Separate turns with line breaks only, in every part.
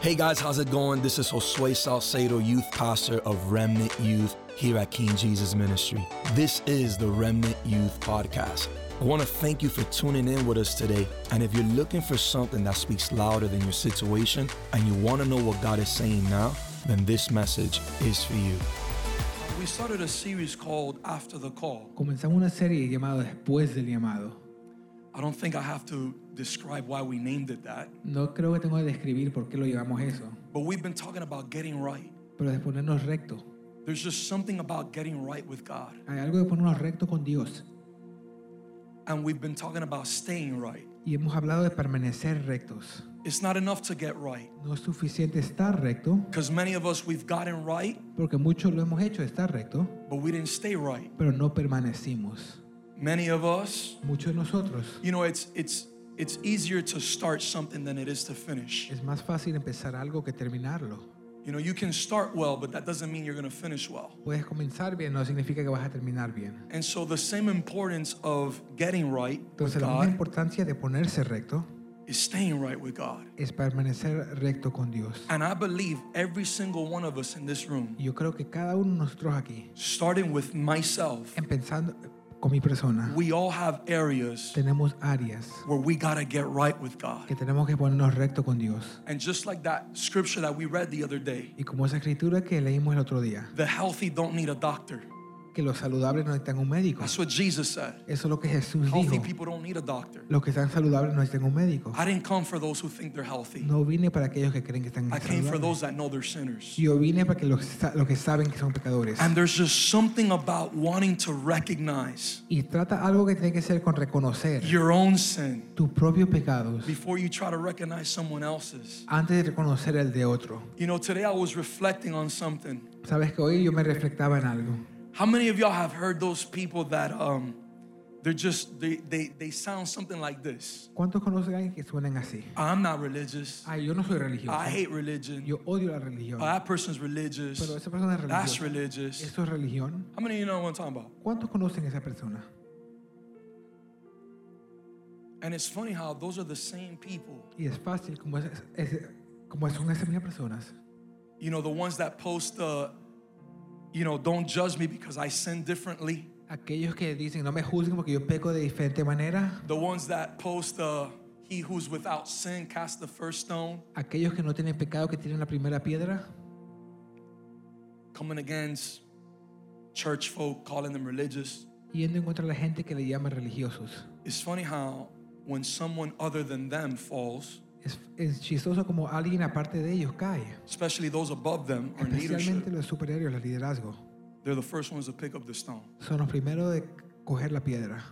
Hey guys, how's it going? This is Josue Salcedo, youth pastor of Remnant Youth here at King Jesus Ministry. This is the Remnant Youth Podcast. I want to thank you for tuning in with us today. And if you're looking for something that speaks louder than your situation and you want to know what God is saying now, then this message is for you.
We started a series called After the Call.
Comenzamos una serie llamada Después del llamado.
I don't think I have to describe why we named it that,
No creo que tengo que describir por qué lo llamamos eso,
but we've been talking about getting right.
pero de ponernos recto.
There's just something about getting right with God.
Hay algo de ponernos recto con Dios.
And we've been talking about staying right.
Y hemos hablado de permanecer rectos.
It's not enough to get right
No es suficiente estar recto,
because many of us, we've gotten right,
porque muchos lo hemos hecho estar recto,
but we didn't stay right.
pero no permanecimos.
Many of us,
Muchos de nosotros
you know, it's, it's, it's easier to start something than it is to finish.
es más fácil empezar algo que terminarlo.
You know, you can start well, but that doesn't mean you're going to finish well.
Puedes comenzar bien, no significa que vas a terminar bien.
And so, the same importance of getting right with
Entonces la misma
God
importancia de ponerse recto
is staying right with God.
es permanecer recto con Dios.
And I believe every single one of us in this room,
Y yo creo que cada uno de nosotros aquí
starting with myself,
empezando con mi persona,
we all have areas
tenemos áreas
where we got to get right with God.
que tenemos que ponernos recto con Dios.
And just like that scripture that we read the other day,
Y como esa escritura que leímos el otro día,
the healthy don't need a doctor.
que los saludables no necesitan un médico.
That's
Eso
what Jesus said.
es lo que Jesús
Healthy
dijo.
people don't need a doctor.
Los que están saludables no necesitan un médico.
I didn't come for those who think they're healthy.
No vine para aquellos que creen que están
I came for
saludables.
those that know they're sinners.
Yo vine para que los, sa- los que saben que son pecadores.
And there's just something about wanting to recognize
Y trata algo que tiene que ser con reconocer
your own sin
tus propios pecados
before you try to recognize someone else's.
antes de reconocer el de otro.
You know, today I was reflecting on something.
Sabes que hoy yo me reflectaba en algo.
How many of y'all have heard those people that um they're just they they they sound something like this.
¿Cuántos conocen a alguien que suenan así?
I'm not religious.
Ay, yo no soy religioso.
I hate religion.
Yo odio la religión.
Oh, that person's religious.
Pero esa persona es
That's
religiosa.
religious.
¿Eso es religión?
How many of you know what I'm talking about?
¿Cuántos conocen a esa persona?
And it's funny how those are the same people.
Y es fácil, como, es, es- como son esas mismas personas,
You know, the ones that post uh, you know, don't judge me because I sin differently.
aquellos que dicen, no me juzguen porque yo peco de diferente manera,
The ones that post uh, he who's without sin cast the first stone,
aquellos que no tienen pecado, que tienen la primera piedra,
coming against church folk, calling them religious.
yendo en contra de la gente que le llama religiosos.
It's funny how when someone other than them falls,
Es, es chistoso como alguien aparte de ellos cae,
especially those above them or in
especialmente
leadership,
los superiores, el liderazgo.
they're the first ones to pick up the stone.
Son los primeros de coger la piedra.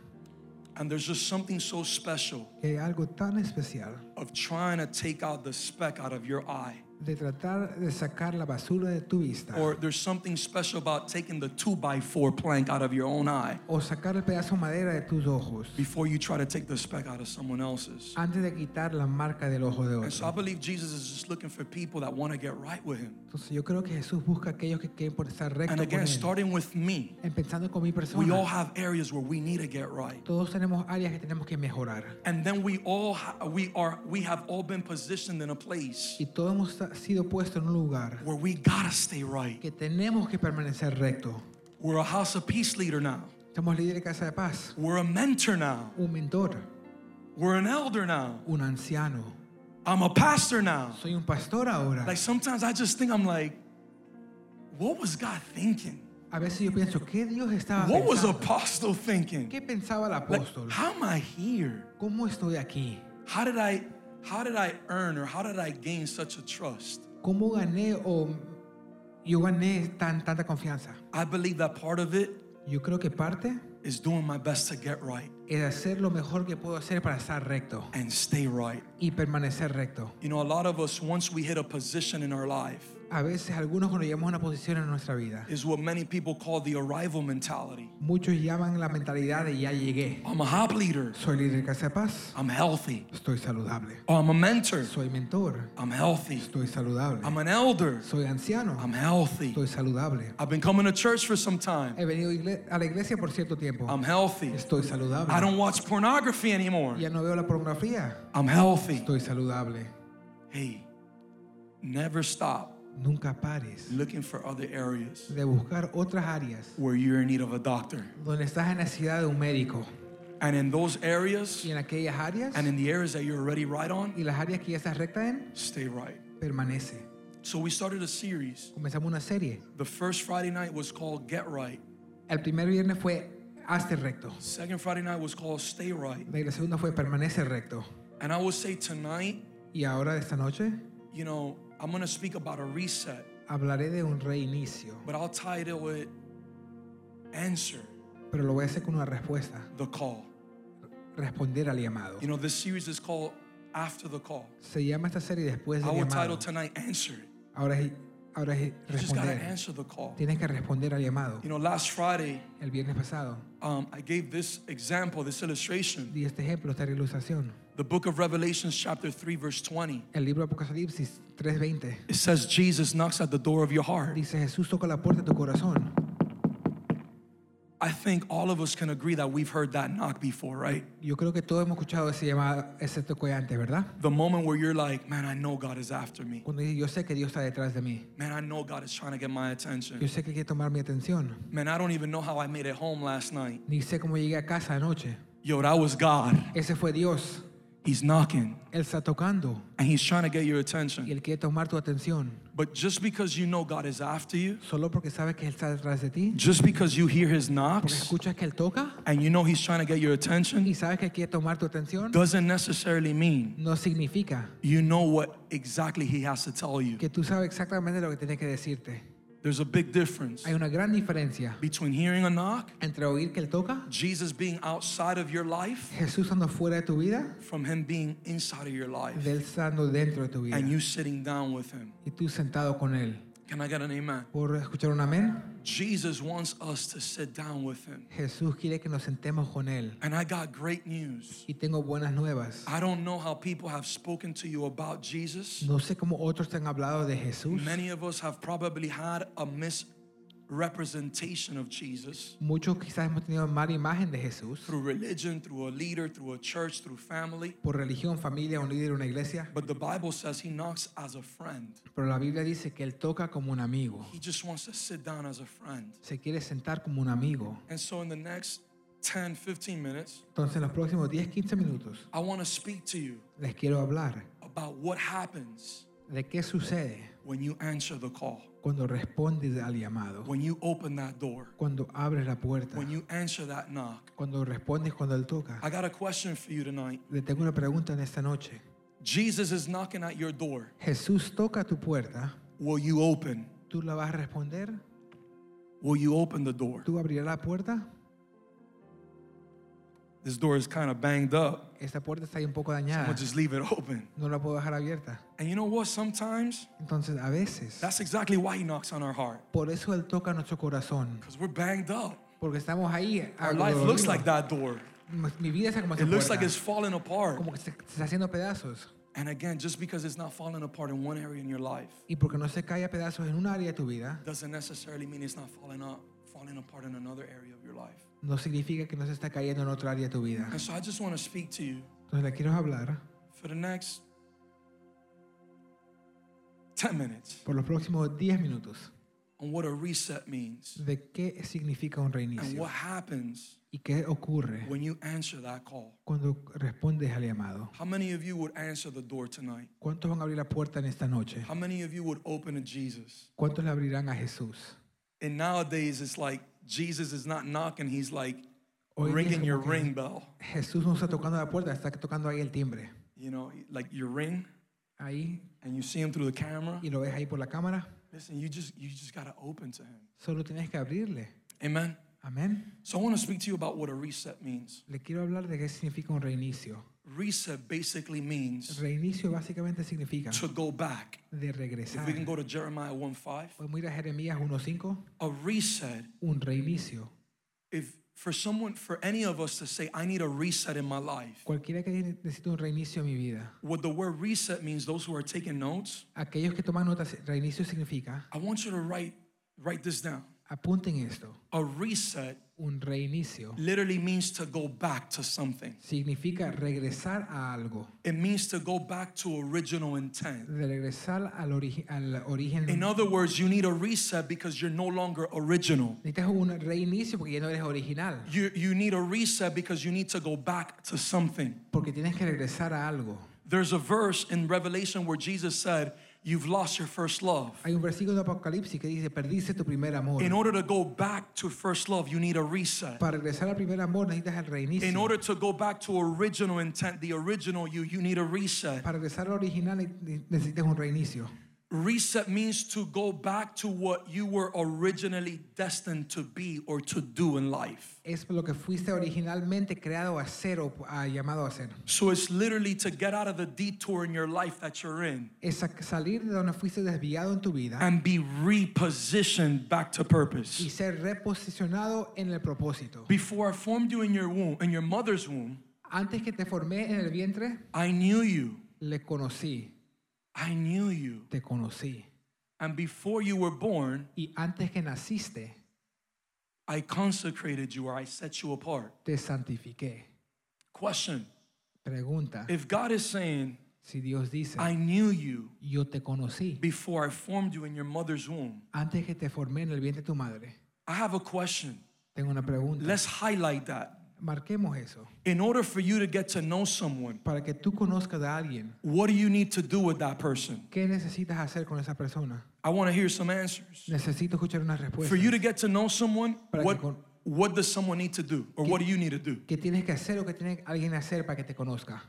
And there's just something so special
Y hay algo tan especial
of trying to take out the speck out of your eye.
de tratar de sacar la basura de tu vista.
Or there's something special about taking the two by four plank out of your own eye
o sacar el pedazo de madera de tus ojos
before you try to take the speck out of someone else's.
antes de quitar la marca del ojo de
And so
otro.
I believe Jesus is just looking for people that want to get right with him.
Entonces yo creo que Jesús busca a aquellos que quieren por estar recto
And
con
again,
él.
starting with me,
Empezando con mi
we all
persona,
have areas where we need to get right.
todos tenemos áreas que tenemos que mejorar.
And then we all ha- we are we have all been positioned in a place
Y todos hemos sa- sido puestos en un lugar
where we gotta stay right.
que tenemos que permanecer recto.
We're a house of peace leader now.
Somos líderes de casa de paz,
We're a mentor now.
un mentor,
We're an elder now.
un anciano.
I'm a pastor now.
Soy un pastor ahora.
Like sometimes I just think I'm like, what was God thinking?
A veces yo pienso, ¿qué Dios estaba
What was
pensando?
apostle thinking?
Ah, ¿Qué pensaba el
Like,
apóstol?
how am I here?
¿Cómo estoy aquí?
How did I how did I earn or how did I gain such a trust?
¿Cómo gané o yo gané tan, tanta confianza?
I believe that part of it
Yo creo que parte
is doing my best to get right
es hacer lo mejor que puedo hacer para estar recto
and stay right.
y permanecer recto.
You know, a lot of us, once we hit a position in our life,
A veces algunos cuando llegamos a una posición en nuestra vida,
is what many people call the arrival mentality.
muchos llaman la mentalidad de ya llegué.
I'm a hop leader.
Soy líder de casa de paz,
I'm healthy.
estoy saludable.
Oh, I'm a mentor.
Soy mentor,
I'm healthy.
estoy saludable.
I'm an elder.
Soy anciano,
I'm healthy.
estoy saludable.
I've been coming to church for some time.
He venido igle- a la iglesia por cierto tiempo.
I'm healthy.
Estoy saludable.
I don't watch pornography anymore.
Ya no veo la pornografía.
I'm healthy.
Estoy saludable.
Hey, Never stop
Nunca pares
looking for other areas
de buscar otras áreas
where you're in need of a doctor.
donde estás en necesidad de un médico.
And in those areas
Y en aquellas áreas
and in the areas that you're already right on,
y las áreas que ya estás recta en,
stay right.
permanece.
So we started a series.
Comenzamos una serie.
The first Friday night was called Get Right.
El primer viernes fue Hazte recto.
Second Friday night was called Stay Right.
La segunda fue Permanece recto.
And I would say tonight,
Y ahora esta noche
you know, I'm gonna speak about a reset,
hablaré de un reinicio,
but I'll title it Answer
pero lo voy a hacer con una respuesta.
the Call.
Responder al llamado.
You know, this series is called After the Call.
Se llama esta serie después
I
del
would title
llamado.
tonight Answer It.
Ahora es, ahora es
You just gotta
responder.
answer the call.
Tienes que responder al llamado.
You know, last Friday,
El viernes pasado
um, I gave this example, this illustration.
di este ejemplo, esta ilustración.
The book of Revelations, chapter 3, verse 20.
El libro Apocalipsis 3:20
It says, Jesus knocks at the door of your heart.
dice, Jesús toca la puerta de tu corazón.
I think all of us can agree that we've heard that knock before, right?
Yo creo que todos hemos escuchado ese llamado, ese toque antes, ¿verdad?
The moment where you're like, man, I know God is after me.
Cuando dice, yo sé que Dios está detrás de mí.
Man, I know God is trying to get my
Yo
attention.
sé que quiere tomar mi atención.
Man, I don't even know how I made it home last night.
Ni sé cómo llegué a casa anoche.
Yo, that was God.
Ese fue Dios.
He's knocking
Él está tocando
and He's trying to get your
y
attention.
Él quiere tomar tu atención.
But just because you know God is after you,
Solo porque sabes que Él está detrás de ti.
just because you hear His
Porque
knocks
escuchas que Él toca
and you know He's trying to get your attention,
y sabes que quiere tomar tu atención.
doesn't necessarily mean
No significa
you know what exactly He has to tell you.
que tú sabes exactamente lo que tiene que decirte.
There's a big difference
Hay una gran diferencia
between hearing a knock,
entre oír que Él toca,
Jesus being outside of your life,
Jesús estando fuera de tu vida,
from him being inside of your life
de Él estando dentro de tu vida.
and you sitting down with him.
Y tú sentado con Él.
Can I get an amen?
Por escuchar un amén,
Jesus wants us to sit down with him.
Jesús quiere que nos sentemos con Él.
And I got great news.
Y tengo buenas nuevas.
I don't know how people have spoken to you about Jesus.
No sé cómo otros te han hablado de Jesús.
Many of us have probably had a misrepresentation of Jesus
Muchos quizás hemos tenido mala imagen de Jesús
through religion, through a leader, through a church, through family.
por religión, familia, un líder, una iglesia.
But the Bible says he knocks as a friend.
Pero la Biblia dice que Él toca como un amigo.
He just wants to sit down as a friend.
Se quiere sentar como un amigo.
And so, in the next 10, 15 minutes,
Entonces en los próximos 10, 15 minutos
I want to speak to you
les quiero hablar
about what happens
de qué sucede
when you answer the call,
cuando respondes al llamado,
when you open that door,
cuando abres la puerta,
when you answer that knock.
cuando respondes cuando Él toca.
I got a question for you tonight.
Le tengo una pregunta en esta noche.
Jesus is knocking at your door.
Jesús toca tu puerta,
Will you open?
¿tú la vas a responder?
Will you open the door?
¿Tú abrirás la puerta?
This door is kind of banged up.
Esta puerta está ahí un poco
I'm
dañada.
gonna just leave it open.
No la puedo dejar abierta.
And you know what? Sometimes
Entonces, a veces,
that's exactly why he knocks on our heart.
por eso Él toca nuestro corazón.
Because we're banged up.
Porque estamos ahí.
Our life
adoloridos.
looks like that door.
Mi vida es como esa
It looks like
puerta,
it's falling apart.
Como que se, se está haciendo pedazos.
And again, just because it's not falling apart in one area in your life
Y porque no se cae a pedazos en un área de tu vida,
doesn't necessarily mean it's not falling up, falling apart in another area of your life.
no significa que no se está cayendo en otra área de tu vida.
And so I just want to speak to you
Entonces le quiero hablar
for the next 10 minutes
por los próximos 10 minutos
on what a reset means
de qué significa un
and
reinicio
what happens
y qué ocurre
when you answer that call.
cuando respondes al llamado.
How many of you would answer the door tonight?
¿Cuántos van a abrir la puerta en esta noche?
How many of you would open to Jesus?
¿Cuántos le abrirán a Jesús?
And nowadays it's like Jesus is not knocking, he's like
Hoy día es
ringing your
como que
ring bell.
Jesús no está tocando la puerta, está tocando ahí el timbre.
You know, like your ring
Ahí,
and you see him through the camera.
y lo ves ahí por la cámara.
Listen, you just you just gotta open to him.
Solo tienes que abrirle.
Amen.
Amén.
So I want to speak to you about what a reset means.
Le quiero hablar de qué significa un reinicio.
Reset basically means
Reinicio básicamente significa
to go back.
de
If
regresar.
we can go to Jeremiah 1:5,
Podemos ir a Jeremías 1.5.
a reset.
Un reinicio.
If for someone, for any of us to say, I need a reset in my life,
Cualquiera que dice, necesite un reinicio en mi vida.
what the word reset means, those who are taking notes,
Aquellos que toman notas, reinicio significa.
I want you to write write this down.
apunten esto,
A reset
un reinicio
literally means to go back to something.
significa regresar a algo,
It means to go back to original intent.
de regresar al, origi- al origen.
In other words, you need a reset because you're no longer original.
Necesitas un reinicio porque ya no eres original,
You, you need a reset because you need to go back to something.
porque tienes que regresar a algo.
There's a verse in Revelation where Jesus said, You've lost your first love.
Hay un versículo de Apocalipsis que dice, perdiste tu primer amor.
In order to go back to first love, you need a reset.
Para regresar al primer amor necesitas el reinicio.
In order to go back to original intent, the original you, you need a reset.
Para regresar al original ne- necesitas un reinicio.
Reset means to go back to what you were originally destined to be or to do in life.
Es lo que fuiste originalmente creado a hacer o a- llamado a hacer.
So it's literally to get out of the detour in your life that you're in
Es sac- salir de donde fuiste desviado en tu vida
and be repositioned back to
y
purpose.
ser reposicionado en el propósito.
Before I formed you in your womb, in your mother's womb,
Antes que te formé en el vientre,
I knew you.
le conocí,
I knew you.
te conocí.
And before you were born,
Y antes que naciste,
I consecrated you or I set you apart.
te santifiqué.
Question
Pregunta,
If God is saying,
si Dios dice,
I knew you
yo te conocí
before I formed you in your mother's womb,
antes que te formé en el vientre de tu madre,
I have a question.
tengo una pregunta.
Let's highlight that.
Marquemos eso.
In order for you to get to know someone,
Para que tú conozcas a alguien,
what do you need to do with that person?
¿qué necesitas hacer con esa persona?
I want to hear some answers.
Necesito escuchar una respuesta.
For you to get to know someone,
Para que
what,
con-
what does someone need to do? Or what do you need to do?
¿Qué tienes que hacer o qué tiene alguien que hacer para que te conozca?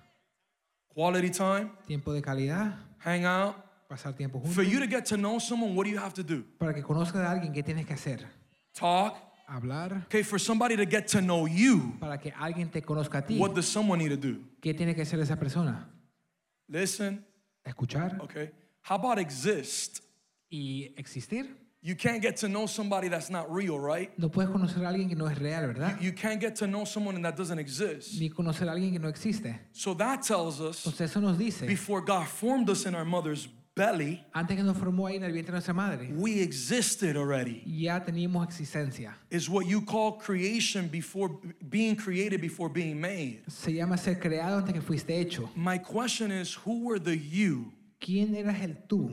Quality time,
Tiempo de calidad,
hang out.
pasar tiempo
For
juntos.
you to get to know someone, what do you have to do?
Para que conozcas a alguien, ¿qué tienes que hacer?
Talk,
Hablar.
Okay, for somebody to get to know you,
Para que alguien te conozca a ti,
what does someone need to do?
¿qué tiene que hacer esa persona?
Listen,
Escuchar
okay? How about exist?
y existir.
You can't get to know somebody that's not real, right?
No puedes conocer a alguien que no es real, ¿verdad?
You can't get to know someone that doesn't exist.
Ni conocer a alguien que no existe.
So that tells us
Entonces eso nos dice,
before God formed us in our mother's belly,
antes que nos formó ahí en el vientre de nuestra madre,
we existed already.
ya teníamos existencia.
Is what you call creation before being created before being made.
Se llama ser creado antes que fuiste hecho.
My question is who were the you
¿Quién eras el tú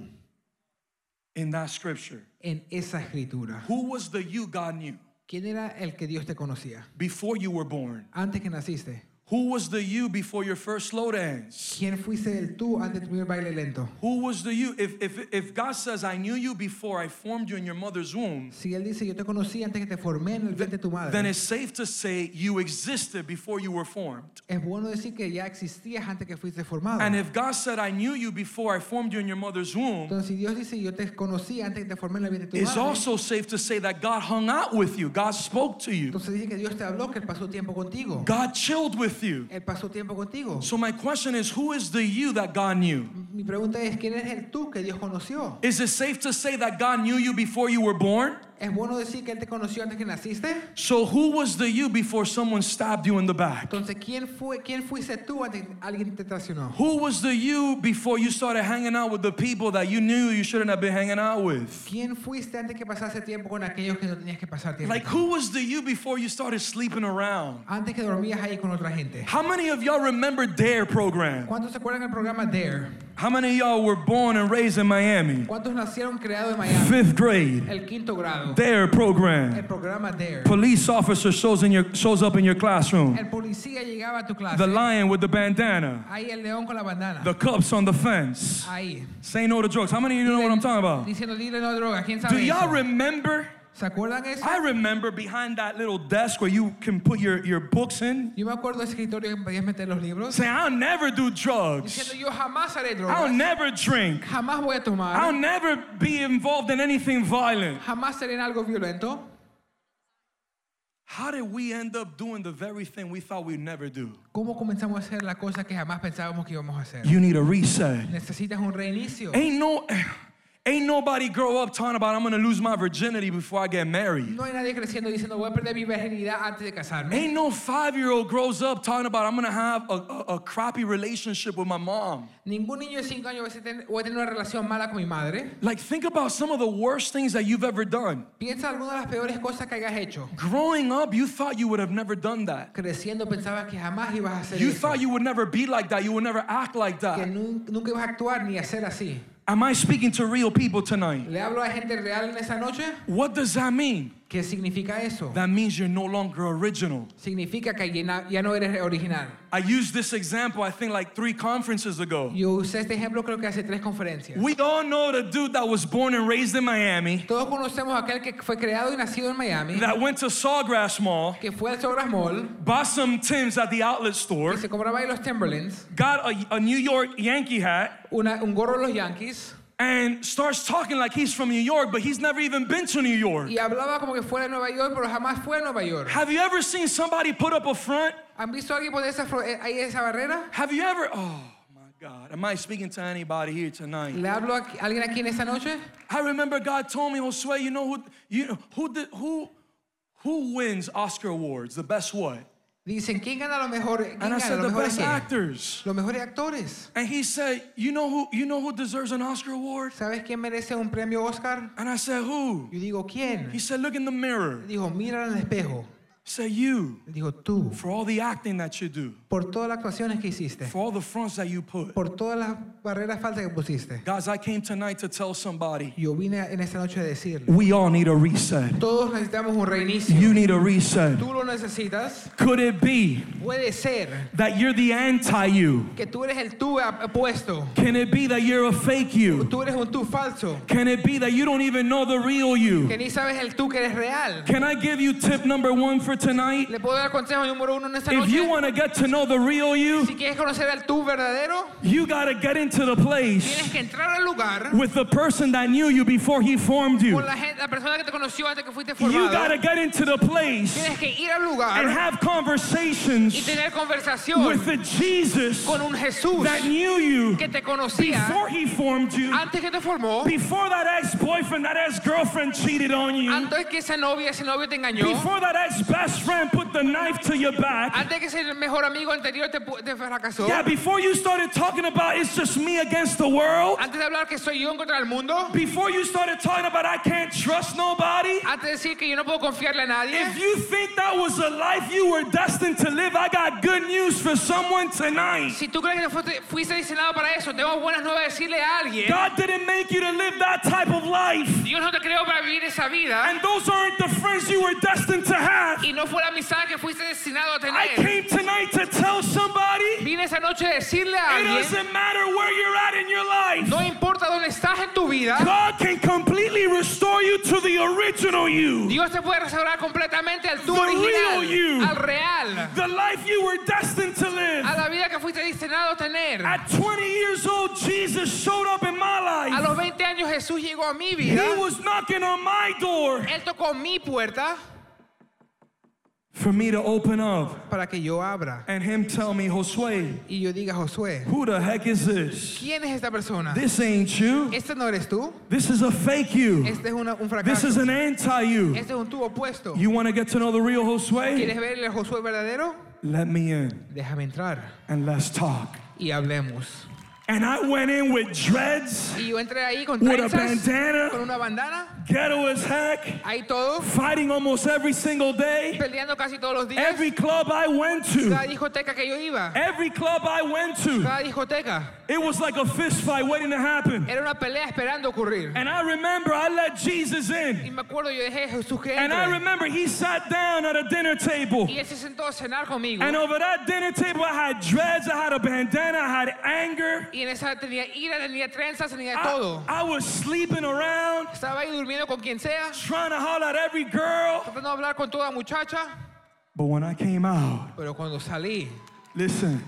in that scripture?
en esa escritura?
Who was the you God knew
¿Quién era el que Dios te conocía?
before you were born?
Antes que naciste.
Who was the you before your first slow dance?
¿Quién fuiste el tú antes de tu primer baile lento?
Who was the you? If, if, if God says, I knew you before I formed you in your mother's womb,
Si Él dice, yo te conocí antes que te formé en el vientre de tu
then
madre.
it's safe to say you existed before you were formed.
Es bueno decir que ya existías antes que fuiste formado.
And if God said, I knew you before I formed you in your mother's womb,
Entonces, si Dios dice, yo te conocí antes que te formé en el vientre de tu
it's
madre.
also safe to say that God hung out with you, God spoke to you,
Entonces dice que Dios te habló, que Él pasó tiempo contigo.
God chilled with you.
Él pasó tiempo contigo.
So, my question is, who is the you that God knew?
Mi pregunta es, ¿quién es el tú que Dios conoció?
Is it safe to say that God knew you before you were born?
¿Es bueno decir que Él te conoció antes que naciste?
So, who was the you before someone stabbed you in the back?
Entonces, ¿quién, fue, ¿quién fuiste tú antes que alguien te traicionó?
Who was the you before you started hanging out with the people that you knew you shouldn't have been hanging out with?
¿Quién fuiste antes que pasase tiempo con aquellos que no tenías que pasar tiempo?
Like, who was the you before you started sleeping around?
antes que dormías ahí con otra gente.
How many of y'all remember DARE E program?
¿Cuántos se acuerdan del programa DARE?
How many of y'all were born and raised in Miami?
¿Cuántos nacieron creados en Miami?
Fifth grade,
El quinto grado.
DARE
El
program.
programa DARE.
Police officer shows, in your, shows up in your classroom.
El policía llegaba a tu clase.
The lion with the bandana.
Ahí el león con la bandana.
The cups on the fence.
Ahí.
Say no to drugs. How many of you know what I'm talking about?
Diciendo, dile no a drogas. ¿Quién
Ah.
sabe
Do
eso?
y'all Ah. remember?
¿Se acuerdan eso?
I remember behind that little desk where you can put your, your books in,
Yo me acuerdo de ese escritorio que podías meter los libros.
saying, I'll never do
Diciendo,
drugs.
yo jamás haré
I'll
drogas.
never drink.
Jamás voy a
I'll
tomar.
never be involved in anything violent.
Jamás seré en algo violento.
How did we end up doing the very thing we thought we'd never do?
¿Cómo comenzamos a hacer las cosas que jamás pensábamos que íbamos a hacer?
You need a reset. Eh.
Necesitas un reinicio.
Ain't no, Ain't nobody grow up talking about I'm gonna lose my virginity before I get married.
No hay nadie creciendo diciendo voy a perder mi virginidad antes de casarme.
Ain't no five year old grows up talking about I'm gonna have a, a, a crappy relationship with my mom.
Ningún niño de 5 años va a tener- voy a tener una relación mala con mi madre.
Like, think about some of the worst things that you've ever done.
Piensa alguna de las peores cosas que hayas hecho.
Growing up, you thought you would have never done that.
Creciendo pensabas que jamás ibas a hacer
You
eso.
thought you would never be like that. You would never act like
que
that.
nun- nunca ibas a actuar ni a hacer así.
Am I speaking to real people tonight?
Le hablo a gente real en esa noche.
What does that mean?
¿Qué significa eso?
That means you're no longer original.
Significa que ya na- ya no eres original.
I used this example, I think, like three conferences ago.
Yo usé este ejemplo creo que hace tres conferencias.
We all know the dude that was born and raised in Miami,
Todos conocemos a aquel que fue creado y nacido en Miami,
that went to Sawgrass Mall,
que fue al Sogras Mall,
bought some Tim's at the outlet store,
que se compraba ahí los Timberlands,
got a, a New York Yankee hat,
una- un gorro de los Yankees,
and starts talking like he's from New York, but he's never even been to New York.
y hablaba como que fuera de Nueva York, pero jamás fue a Nueva York.
Have you ever seen somebody put up a front?
¿Han visto a alguien poner esa, fro- eh, ahí esa barrera?
Have you ever, oh my God, am I speaking to anybody here tonight?
¿Le hablo a qui- alguien aquí en esa noche?
I remember God told me, Josue, you know who you know, who did, who who wins Oscar awards? The best what?
Dicen, ¿quién gana lo mejor? ¿Quién
And I
gana
said
los
the
mejores
best
qué?
actors.
Los mejores actores.
And he said, you know who you know who deserves an Oscar award?
¿Sabes quién merece un premio Oscar?
And I said, who?
Yo digo, ¿quién?
He said, look in the mirror.
Dijo, mira al espejo.
Say you
Dijo, tú,
for all the acting that you do,
por todas las actuaciones que hiciste,
for all the fronts that you put.
por todas las barreras falsas que pusiste.
Guys, I came tonight to tell somebody
Yo vine en esta noche a decirle,
we all need a reset.
todos necesitamos un reinicio.
You need a reset.
Tú lo necesitas.
Could it be
Puede ser
that you're the anti you?
que tú eres el tú ap- opuesto.
Can it be that you're a fake you?
Tú eres un tú falso.
Can it be that you don't even know the real you?
Que ni sabes el tú que eres real.
Can I give you tip number one for tonight?
¿Le puedo dar consejo número uno en esta
If you
noche?
want to get to know the real you,
Si quieres conocer al tú verdadero,
you got to get into the place
tienes que entrar al lugar
with the person that knew you before he formed you.
con la, gente, la persona que te conoció antes que fuiste
You got
formado.
to get into the place
Tienes que ir al
and
lugar
have
y
conversations
tener
with
conversación
the Jesus
con un Jesús
that knew you
que te conocía
before he formed you,
antes que te formó,
before that ex boyfriend, that ex girlfriend cheated on you,
antes que esa novia, ese novio te engañó.
before that ex best friend put the knife to your back.
Antes que ese mejor amigo anterior te, pu- te fracasó.
Yeah, before you started talking about it's just me against the world,
Antes de hablar que soy yo en contra del mundo.
before you started talking about I can't trust nobody,
Antes de decir que yo no puedo confiarle a
if
nadie.
you think that was a life you were destined to live, I got good news for someone tonight.
Si tú crees que fuiste, fuiste diseñado para eso, tengo buenas nuevas a decirle a alguien.
God didn't make you to live that type of life.
Dios no te creó para vivir esa vida.
And those aren't the friends you were destined to have.
Y no fue la amistad que fuiste destinado a
I
tener.
came tonight to tell somebody
Vine esa noche a decirle a
it
alguien.
doesn't matter where you're at in your life.
No importa dónde estás en tu vida.
God can completely restore you to the original you.
Dios te puede restaurar completamente al tu
The real you.
original, al real,
The life you were destined to live.
a la vida que fuiste destinado a tener.
At 20 years old, Jesus showed up in my
A
life.
los 20 años Jesús llegó a mi vida.
He was knocking on my door
Él tocó mi puerta
for me to open up
para que yo abra.
and him tell me, Josue,
Y yo diga, Josué,
who the heck is this?
¿quién es esta persona?
This ain't you.
Este no eres tú.
This is a fake you.
Este es una- un
This
fracaso.
is an anti you.
Este es un tú opuesto.
You want to get to know the real Josue?
¿Quieres ver el Josué verdadero?
Let me in
Déjame entrar
and let's talk.
y hablemos.
And I went in with dreads,
Y yo entré ahí con
with a
trenzas, con
bandana,
una bandana,
ghetto as heck,
ahí todo,
fighting almost every single day.
peleando casi todos los días.
Every club I went to,
Cada discoteca que yo iba,
every club I went to,
cada discoteca,
It was like a fist fight waiting to happen.
era una pelea esperando ocurrir.
And I remember I let Jesus
Y
in.
me acuerdo, yo dejé a Jesús que
And I
entre.
remember he sat down at a dinner table.
Y él se sentó a cenar conmigo.
And over that dinner table, I had dreads, I had a bandana, I had anger.
Y en esa tenía ira, tenía trenzas, tenía
I,
todo.
I was sleeping around,
Estaba ahí durmiendo con quien sea,
trying to holler at every girl.
tratando de hablar con toda muchacha.
But when I came out,
Pero cuando salí,
listen,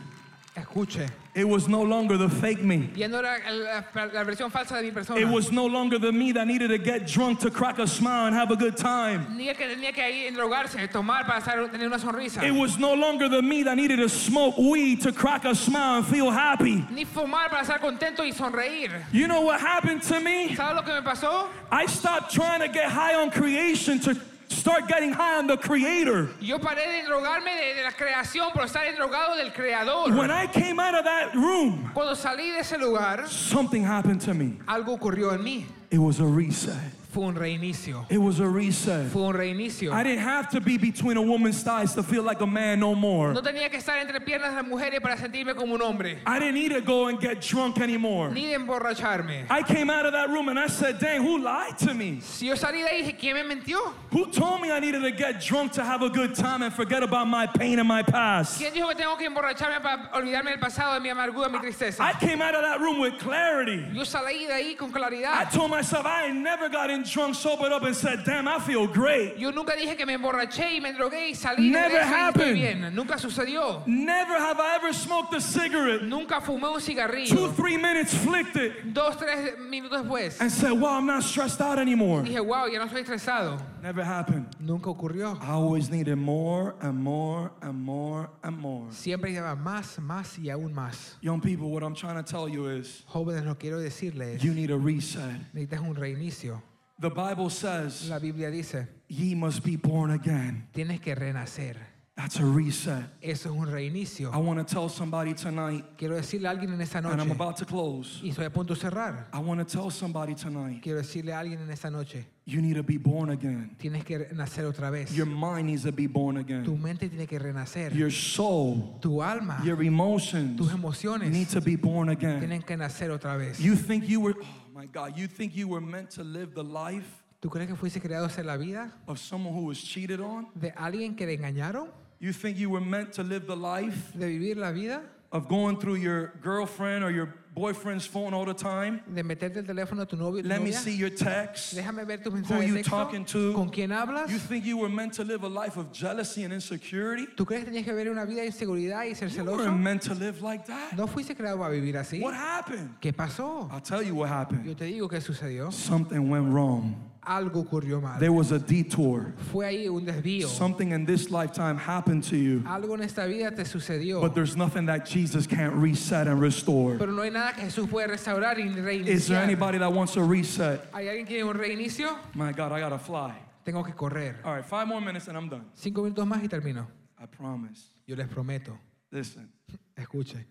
Escuche.
It was no longer the fake me.
Ya no era la, la- la versión falsa de mi persona.
It was no longer the me that needed to get drunk to crack a smile and have a good time.
Ni el que tenía que ir drogarse, tomar para hacer- tener una sonrisa.
It was no longer the me that needed to smoke weed to crack a smile and feel happy.
Ni fumar para estar contento y sonreír.
You know what happened to me?
¿Sabes lo que me pasó?
I stopped trying to get high on creation to start getting high on the creator.
Yo paré de drogarme de, de la creación por estar drogado del creador.
When I came out of that room,
Cuando salí de ese lugar,
something happened to me.
algo ocurrió en mí.
It was a reset.
Fue un reinicio.
It was a reset.
Fue un reinicio.
I didn't have to be between a woman's thighs to feel like a man no more.
No tenía que estar entre piernas de las mujeres para sentirme como un hombre,
I didn't need to go and get drunk anymore.
ni de emborracharme.
I came out of that room and I said, dang, who lied to me?
Si yo salí de ahí, dije, ¿quién me mintió?
Who told me I needed to get drunk to have a good time and forget about my pain and my past?
¿Quién dijo que tengo que emborracharme para olvidarme del pasado, de mi amargura, mi
I
tristeza?
came out of that room with clarity.
Yo salí de ahí con
I
claridad.
told myself I ain't never gotten drunk, sobered up, and said, damn, I feel great.
Yo nunca dije que me emborraché y me drogué y salí de
Never
eso y estoy
happened.
bien. Nunca sucedió.
Never have I ever smoked a cigarette.
Nunca fumé un
Two,
cigarrillo.
three minutes flicked it
Dos, tres minutos después.
and said, wow, I'm not stressed out anymore.
Dije, wow, ya no estoy estresado.
Never happened.
Nunca ocurrió.
I always needed more and more and more and more.
Siempre lleva más, más y aún más.
Young people, what I'm trying to tell you is
Jóvenes, lo quiero decirles.
you need a reset.
Necesitas un reinicio.
The Bible says,
La Biblia dice,
ye must be born again.
tienes que renacer.
That's a reset.
Eso es un reinicio.
I want to tell somebody tonight,
Quiero decirle a alguien en esta
and I'm
noche,
about to close.
y estoy a punto de cerrar,
I want to tell somebody tonight,
quiero decirle a alguien en esta noche,
you need to be born again.
tienes que nacer otra vez.
Your mind needs to be born
Tu
again.
mente tiene que renacer.
Your soul,
tu alma,
your emotions
tus emociones
need to be born again.
tienen que nacer otra vez.
You think you were, oh my God, you think you were meant to live the life
¿Tú crees que fuiste creado a ser la vida
of someone who was cheated on?
de alguien que le engañaron?
You think you were meant to live the life
¿De vivir la vida?
of going through your girlfriend or your boyfriend's phone all the time?
¿De meterte el teléfono a tu novio? tu
Let me
novia?
see your text.
Déjame ver tus
Who
mensajes de
you
texto.
talking to?
¿Con quién hablas?
You think you were meant to live a life of jealousy and insecurity?
¿Tú crees que tenías que vivir una vida de inseguridad y ser
You
celoso?
weren't meant to live like that.
¿No fuiste creado para vivir así?
What happened?
¿Qué pasó?
I'll tell you what
Yo
happened.
te digo que sucedió.
Something went wrong.
Algo ocurrió mal.
There was a detour.
Fue ahí un desvío.
Something in this lifetime happened to you,
Algo en esta vida te sucedió.
but there's nothing that Jesus can't reset and restore.
Pero no hay nada que Jesús puede restaurar y
Is there
reiniciar.
anybody that wants a reset?
¿Hay alguien que tiene un reinicio?
My God, I gotta fly.
Tengo que correr.
All right, five more minutes and I'm done.
Cinco minutos más y termino.
I promise.
Yo les prometo.
Listen,
Escuche.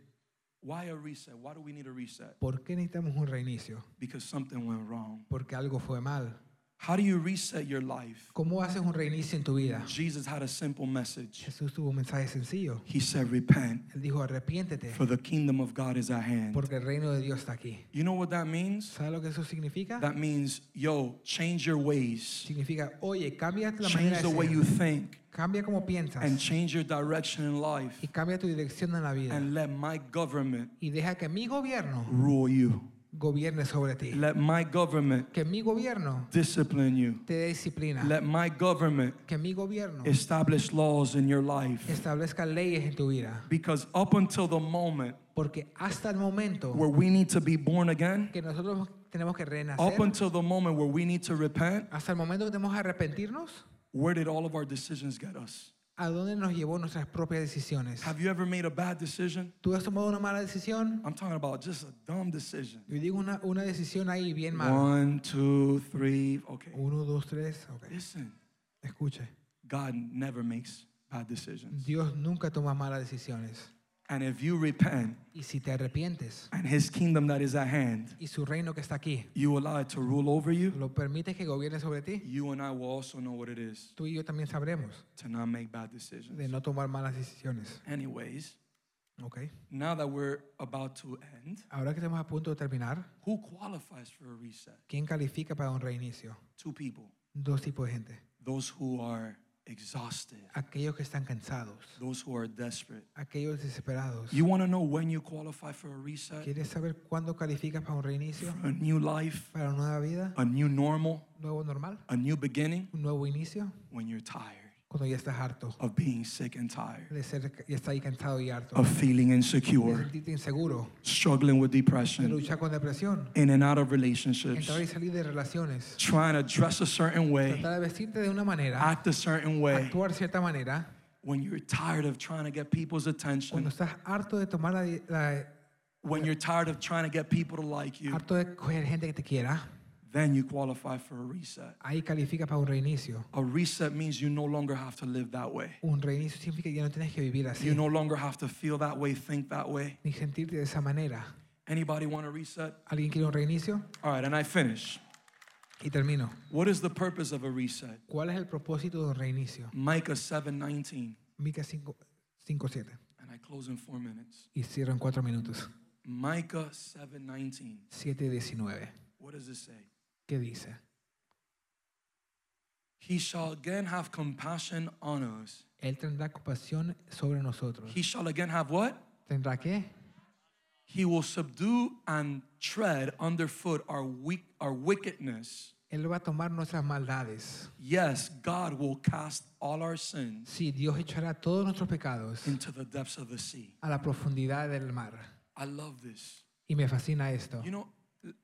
why a reset? Why do we need a reset?
¿Por qué necesitamos un reinicio?
Because something went wrong.
Porque algo fue mal.
How do you reset your life?
¿Cómo haces un reinicio en tu vida?
Jesus had a simple message.
Jesús tuvo un mensaje sencillo.
He said, Repent,
Él dijo, arrepiéntete,
for the kingdom of God is at hand.
porque el reino de Dios está aquí.
You know what that means?
¿Sabes lo que eso significa?
That means, yo, change your ways,
Significa, oye, cambia la manera
change the
de
way
ser.
you think,
Cambia como piensas
and change your direction in life,
y cambia tu dirección en la vida.
and let my government
Y deja que mi gobierno
rule you.
gobierne sobre ti.
Let my government
Que mi gobierno
discipline you.
te dé disciplina.
Let my government
Que mi gobierno
establish laws in your life.
establezca leyes en tu vida.
Because up until the moment
Porque hasta el momento
where we need to be born again,
que nosotros tenemos que
up
renacer,
until the moment where we need to repent,
hasta el momento que tenemos que arrepentirnos,
where did all of our decisions get us?
¿a dónde nos llevó nuestras propias decisiones?
Have you ever made a bad decision?
¿Tú has tomado una mala decisión?
I'm talking about just a dumb decision.
Yo digo una, una decisión ahí bien mala.
One, two, three. Okay.
Uno, dos, tres. ok.
Listen,
Escuche.
God never makes bad decisions.
Dios nunca toma malas decisiones.
And if you repent
Y si te arrepientes
and his kingdom that is at hand,
y su reino que está aquí
you allow it to rule over you,
lo permite que gobierne sobre ti,
you and I will also know what it is
tú y yo también sabremos
to not make bad
de
decisions.
no tomar malas decisiones.
Anyways,
¿Ok?
now that we're about to end,
Ahora que estamos a punto de terminar,
who qualifies for a reset?
¿quién califica para un reinicio?
Two people
Dos tipos de gente.
those who are exhausted,
Aquellos que están cansados,
those who are desperate.
aquellos desesperados.
You want to know when you qualify for a reset,
¿Quieres saber cuándo calificas para un reinicio?
a new life,
¿Para una nueva vida?
a new normal,
¿Nuevo normal?
a new beginning?
¿Un nuevo inicio?
When you're tired,
cuando ya estás harto
of being sick and tired,
de ser, ya estás ahí cansado y harto,
of feeling
de
insecure,
sentirte inseguro,
struggling with
de
depression,
luchar con depresión,
in and out of relationships,
entrar y salir de relaciones,
trying to dress a certain way,
tratar de vestirte de una manera,
act a certain way.
actuar de cierta manera,
When you're tired of trying to get people's
cuando
attention,
estás harto de tomar la, la-
when you're tired of trying to get people to like you,
harto de coger gente que te quiera,
then you qualify for a reset.
ahí califica para un reinicio.
A reset means you no longer have to live that way.
Un reinicio significa que ya no tienes que vivir así,
You no longer have to feel that way, think that way.
ni sentirte de esa manera.
Anybody want to reset?
¿Alguien quiere un reinicio?
All right, and I finish.
Y termino.
What is the purpose of a reset?
¿Cuál es el propósito de un reinicio?
Micah 7:19,
Micas 5, 7.
and I close in 4 minutes.
Y cierro en 4 minutos.
Micah 7:19.
7, 19.
What does it say?
¿Qué dice?
He shall again have compassion on us.
Él tendrá compasión sobre nosotros.
He shall again have what?
¿Tendrá qué?
He will subdue and tread underfoot our weak our wickedness.
Él va a tomar nuestras maldades.
Yes, God will cast all our sins
Sí, Dios echará todos nuestros pecados
into the depths of the sea.
a la profundidad del mar.
I love this.
Y me fascina esto.
You know,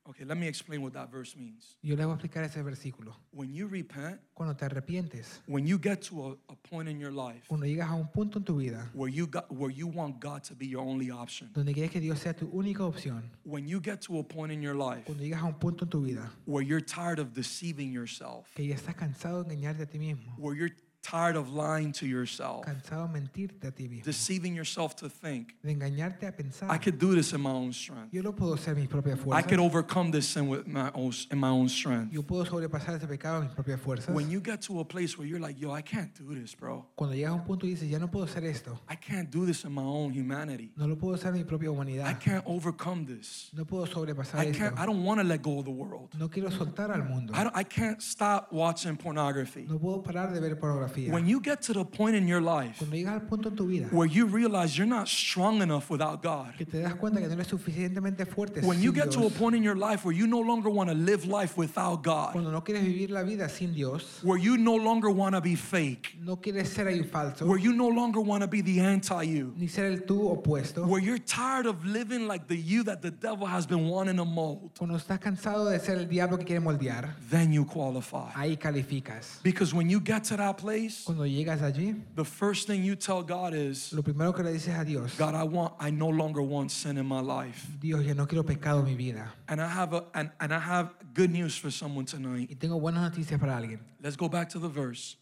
okay, let me explain what that verse means.
Yo le voy a explicar ese versículo.
When you repent,
Cuando te arrepientes,
when you get to a, a point in your life
cuando llegas a un punto en tu vida
where you got where you want God to be your only option,
donde quieres que Dios sea tu única opción,
when you get to a point in your life
cuando llegas a un punto en tu vida
where you're tired of deceiving yourself,
que ya estás cansado de engañarte a ti mismo,
where you're tired of lying to yourself,
cansado de mentirte a ti mismo,
deceiving yourself to think,
de engañarte a
I
pensar,
could do this in my own strength.
yo no puedo hacer mis propias
I
fuerzas,
could overcome this sin with my own in my own strength.
yo puedo sobrepasar ese pecado a mis propias fuerzas.
When you get to a place where you're like, yo, I can't do this, bro.
Cuando llegas a un punto y dices, ya no puedo hacer esto,
I can't do this in my own humanity.
no lo puedo hacer en mi propia
I
humanidad,
can't overcome this.
no puedo sobrepasar
I
esto,
can't I don't want to let go of the world.
no quiero soltar al mundo,
I, don't, I can't stop watching pornography.
no puedo parar de ver pornografía.
When you get to the point in your life
Cuando llegas al punto en tu vida
where you realize you're not strong enough without God,
que te das cuenta que no eres suficientemente fuerte
when you
sin
get to a
Dios,
point in your life where you no longer want to live life without God,
cuando no quieres vivir la vida sin Dios,
where you no longer want to be fake,
no quieres ser ahí falso,
where you no longer want to be the anti you,
ni ser el tú opuesto,
where you're tired of living like the you that the devil has been wanting to mold,
cuando estás cansado de ser el diablo que quiere moldear,
then you qualify.
ahí calificas.
Because when you get to that place,
Cuando llegas allí,
the first thing you tell God is,
lo primero que le dices a Dios,
God, I want, I no longer want sin in my life.
Dios, yo no quiero pecado en mi vida.
And I have a and, and I have good news for someone tonight.
Y tengo buenas noticias para alguien.
Let's go back to the verse.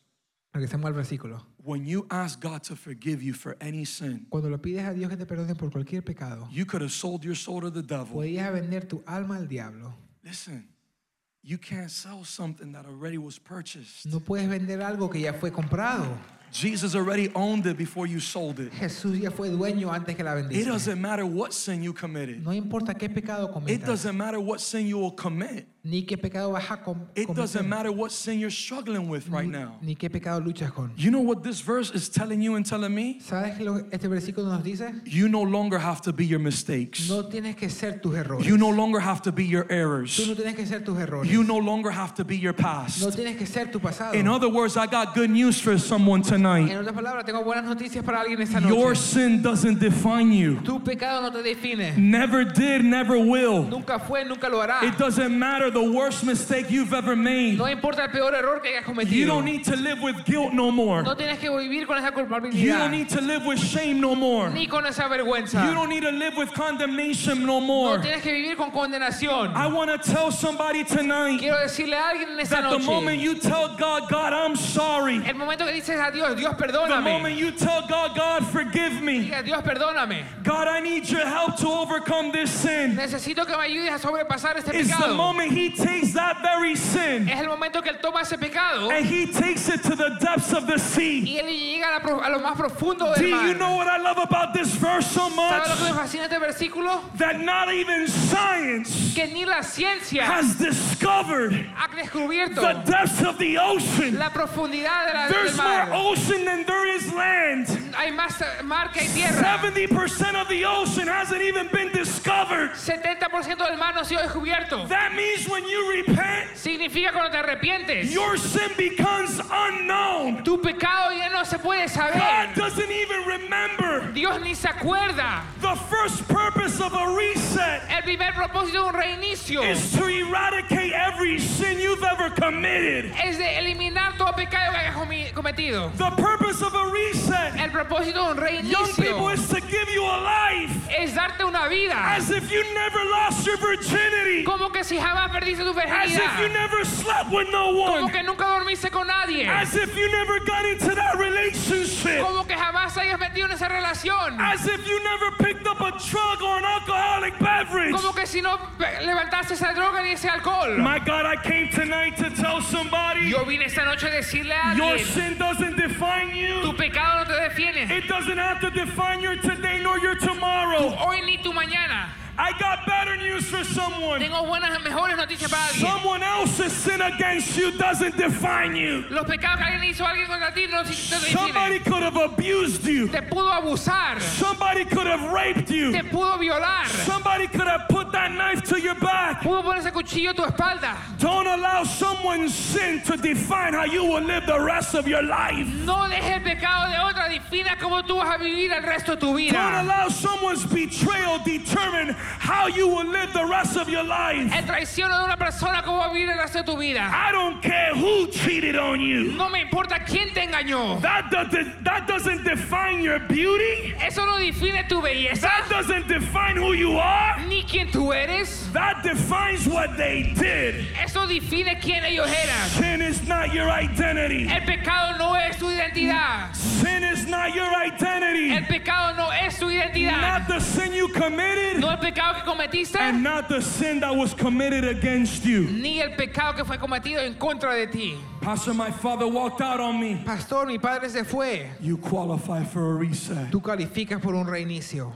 Regresemos al versículo.
When you ask God to forgive you for any sin,
Cuando le pides a Dios que te perdone por cualquier pecado,
you could have sold your soul to the devil.
podías vender tu alma al diablo.
Listen, you can't sell something that already was purchased.
No puedes vender algo que ya fue comprado.
Jesus already owned it before you sold it.
Jesús ya fue dueño antes que la
It
vendiste.
doesn't matter what sin you committed.
No importa qué pecado
It
cometas,
doesn't matter what sin you will commit.
ni qué pecado vas a com-
It doesn't
cometer,
matter what sin you're struggling with right now.
ni qué pecado luchas con.
You know what this verse is telling you and telling me?
¿Sabes qué lo- este versículo nos dice?
You no longer have to be your mistakes.
No tienes que ser tus errores.
You no longer have to be your
Tú
errors.
no tienes que ser tus errores.
You no longer have to be your
No
past.
tienes que ser tu pasado.
In other words, I got good news for someone
En
tonight.
otras palabras, tengo buenas noticias para alguien esta noche.
Your sin doesn't define you.
Tu pecado no te define.
Never did, never will.
Nunca fue, nunca lo hará.
It doesn't matter the worst mistake you've ever made.
No importa el peor error que hayas
You
cometido.
don't need to live with guilt no more.
No tienes que vivir con esa
You
culpabilidad.
don't need to live with shame no more.
ni con esa vergüenza.
You don't need to live with condemnation no
no
more.
tienes que vivir con condenación.
I want to tell somebody tonight
Quiero decirle a alguien en esta
that the
noche.
moment you tell God, God, I'm sorry.
el momento que dices a Dios, Dios
The
perdóname.
moment you tell God, God, forgive me.
Diga, Dios perdóname.
God, I need your help to overcome this sin.
Necesito que me ayudes a sobrepasar este
It's the
pecado.
moment He takes that very sin
Es el momento que Él toma ese pecado
and He takes it to the depths of the sea.
y Él llega a, la pro- a lo más profundo
Do
del mar.
you know what I love about this verse so
¿Sabes lo que me
much?
fascina este versículo?
That not even science
Que ni la ciencia
has discovered
ha descubierto
the depths of the ocean.
la profundidad de la, del
There's more
mar.
ocean than there is land.
Hay más eh, mar que hay tierra.
70% of the ocean hasn't even been discovered.
70% del mar no ha sido descubierto.
That means when you repent,
Significa cuando te arrepientes.
your sin becomes unknown.
Tu pecado ya no se puede
God
saber.
doesn't even remember.
Dios ni se acuerda.
The first purpose of a reset
El primer propósito de un reinicio
is to eradicate every sin you've ever committed.
es de eliminar todo pecado que hayas comi- cometido.
The purpose of a reset,
El propósito de un
young people,
reinicio
is to give you a life
es darte una vida
as if you never lost your virginity,
como que si jamás perdiste tu
as if you
virginidad,
never slept with no
como
one,
que nunca dormiste con nadie,
as if you never got into that relationship.
como que jamás hayas metido en esa relación,
As if you never picked up a drug or an alcoholic beverage.
como que si no pe- levantaste esa droga ni ese alcohol.
My God, I came tonight to tell somebody
Yo vine esta noche a decirle a
your
alguien,
sin doesn't define you.
tu pecado no te define,
It doesn't have to define your today nor your
Tu
tomorrow.
hoy ni tu mañana.
I got better news for someone.
Tengo buenas, mejores noticias para alguien.
Someone else's sin against you doesn't define you.
Los pecados que alguien hizo alguien contra ti no te no te definen.
Somebody could have abused you.
Te pudo abusar,
Somebody could have raped you.
te pudo violar,
Somebody could have put that knife to your back.
pudo poner ese cuchillo a tu espalda.
Don't allow someone's sin to define how you will live the rest of your life.
No dejes el pecado de otra, defina cómo tú vas a vivir el resto de tu
Don't
vida.
allow someone's betrayal determine how you will live the rest of your life.
El traiciono de una persona, cómo va a vivir el resto de tu vida.
I don't care who cheated on you.
No me importa quién te engañó.
That, doesn't that doesn't define your beauty.
Eso no define tu belleza,
That doesn't define who you are.
ni quién tú eres.
That defines what they did.
Eso define quién ellos eran.
Sin is not your identity.
El pecado no es tu identidad.
Sin is not your
El
identity.
pecado no es tu identidad.
Not the sin you committed,
No el pecado que cometiste,
and not the sin that was committed against you.
ni el pecado que fue cometido en contra de ti.
Pastor, my father walked out on me.
Pastor, mi padre se fue.
You qualify for a reset.
Tú calificas por un reinicio.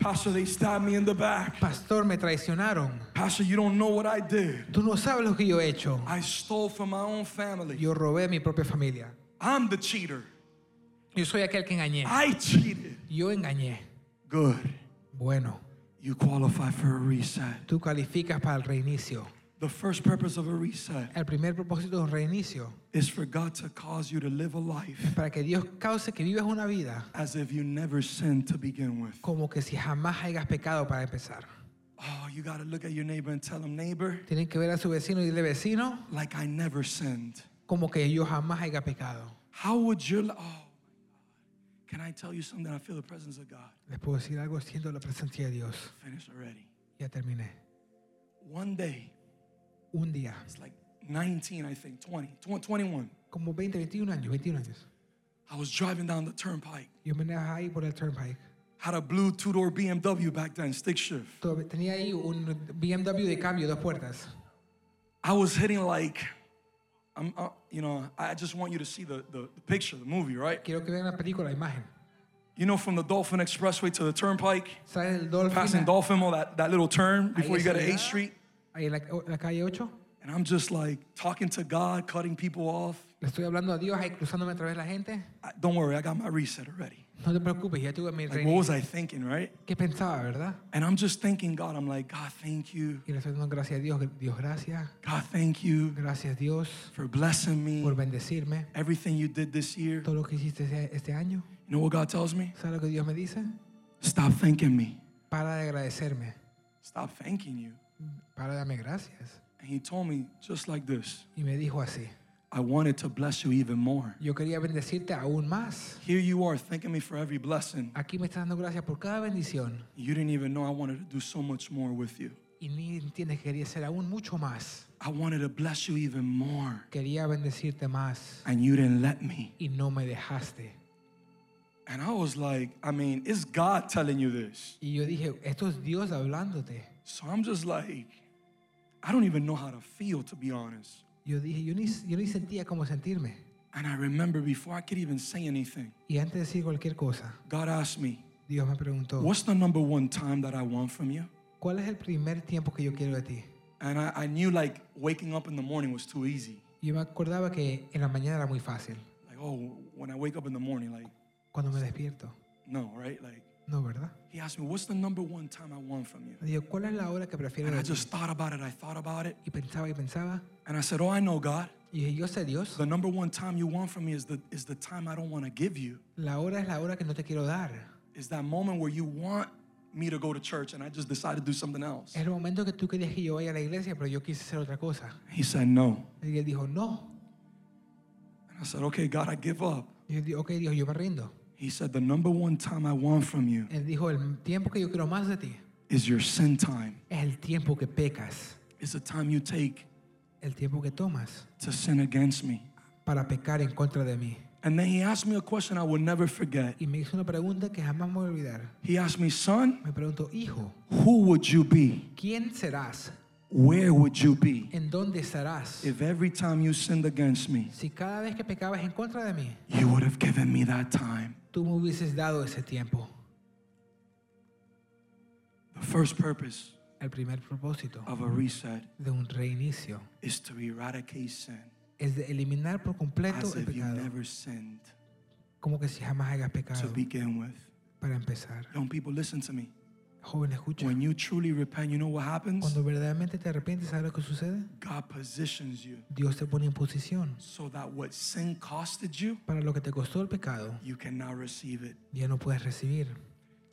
Pastor, they stabbed me in the back.
Pastor, me traicionaron.
Pastor, you don't know what I did.
Tú no sabes lo que yo he hecho.
I stole from my own family.
Yo robé a mi propia familia.
I'm the cheater.
Yo soy aquel que engañé.
I cheated.
Yo engañé.
Good.
Bueno,
You qualify for a reset.
tú calificas para el reinicio.
The first purpose of a reset
El primer propósito de un reinicio
is for God to cause you to live a life
para que Dios cause que vivas una vida
as if you never sinned to begin with.
como que si jamás hayas pecado para empezar.
Oh, you got to look at your neighbor and tell him, neighbor,
Tienen que ver a su vecino y decirle vecino
like I never sinned.
como que yo jamás haya pecado.
How would your li- oh my God. Can I tell you something? I feel the presence of God.
Les puedo decir algo siendo la presencia de Dios.
Finish already.
Ya terminé.
One day,
Un día,
It's like 19, I think, 20, 20, 21.
como 20, 21 años, 21 años.
I was driving down the turnpike.
Yo me manejaba ahí por el turnpike.
Had a blue two-door BMW back then, stick shift.
Todavía Tenía ahí un BMW de cambio, dos puertas.
I was hitting like, I'm, uh, you know, I just want you to see the, the, the picture, the movie, right?
Quiero que vean la película, la imagen.
You know, from the Dolphin Expressway to the turnpike,
¿Sabes el Dolphin?
passing Dolphin, all that, that little turn before
Ahí
you get to
esa
8th
llegada.
Street.
Ahí en la, en la calle 8.
And I'm just like talking to God, cutting people off.
Le estoy hablando a Dios ahí cruzándome a través de la gente.
I, don't worry, I got my reset already.
No te preocupes, ya tuve mi
Like, what
reinicio.
was I thinking, right?
¿Qué pensaba, verdad?
And I'm just thanking God. I'm like, God, thank you.
Y le estoy dando gracias a Dios. Dios, gracias.
God, thank you
Gracias, Dios,
for blessing me.
por bendecirme.
everything you did this year. You
Todo lo que hiciste ese- este año.
know what God tells me?
¿Sabes lo que Dios me dice?
Stop thanking me.
Para de agradecerme.
Stop thanking you.
Para de darme gracias.
And He told me just like this
Y me dijo así.
I wanted to bless you even more.
Yo quería bendecirte aún más.
Here you are thanking me for every blessing.
Aquí me estás dando gracias por cada bendición.
You didn't even know I wanted to do so much more with you.
Y ni entiendes que quería ser aún mucho más.
I wanted to bless you even more.
Quería bendecirte más
And you didn't let me.
y no me dejaste.
And I was like, I mean, it's God telling you this.
Y yo dije, esto es Dios hablándote.
So I'm just like, I don't even know how to feel, to be honest.
Yo dije, yo ni, yo ni sentía cómo sentirme.
And I remember before I could even say anything,
Y antes de decir cualquier cosa,
God asked me,
Dios me preguntó,
What's the number one time that I want from you?
¿cuál es el primer tiempo que yo quiero de ti?
And I, I knew like waking up in the morning was too easy.
Yo me acordaba que en la mañana era muy fácil.
Like, oh, when I wake up in the morning, like,
Cuando me despierto,
no, right? Like,
no, ¿verdad?
he asked me, what's the number one time I want from you?
Le digo, ¿cuál es la hora que prefiero?
And I
de ti?"
just thought about it. I thought about it.
Y pensaba y pensaba.
And I said, oh, I know, God.
Y dije, yo sé Dios,
The number one time you want from me is the, is the time I don't want to give you.
la hora es la hora que no te quiero dar.
Is that moment where you want me to go to church and I just decide to do something else.
Es el momento que tú querías que yo vaya a la iglesia, pero yo quise hacer otra cosa.
He said, no.
Y él dijo, no.
And I said, okay, God, I give up.
Y yo digo, ok, Dios, yo me rindo.
He said, the number one time I want from you
Él dijo, el tiempo que yo quiero más de ti
is your sin time.
es el tiempo que pecas,
It's the time you take
el tiempo que tomas
to sin against me.
para pecar en contra de mí.
And then he asked me a question I will never forget.
Y me hizo una pregunta que jamás me voy a olvidar.
He asked me, son,
Me preguntó, hijo,
who would you be?
¿quién serás?
Where would you be
¿En dónde estarás?
if every time you sinned against me,
Si cada vez que pecabas en contra de mí,
you would have given me that time?
tú me hubieses dado ese tiempo.
The first purpose
El primer propósito
of a reset
de un reinicio
is to eradicate sin
es de eliminar por completo
as
el
if you
pecado,
never sinned
como que si jamás hayas
to
pecado.
begin with.
Para empezar,
Young people, listen to me.
joven, escucha.
When you truly repent, you know what happens?
Cuando verdaderamente te arrepientes, ¿sabes lo que sucede?
God positions you
Dios te pone en posición
so that what sin costed you,
para lo que te costó el pecado,
you can now receive it.
ya no puedes recibir.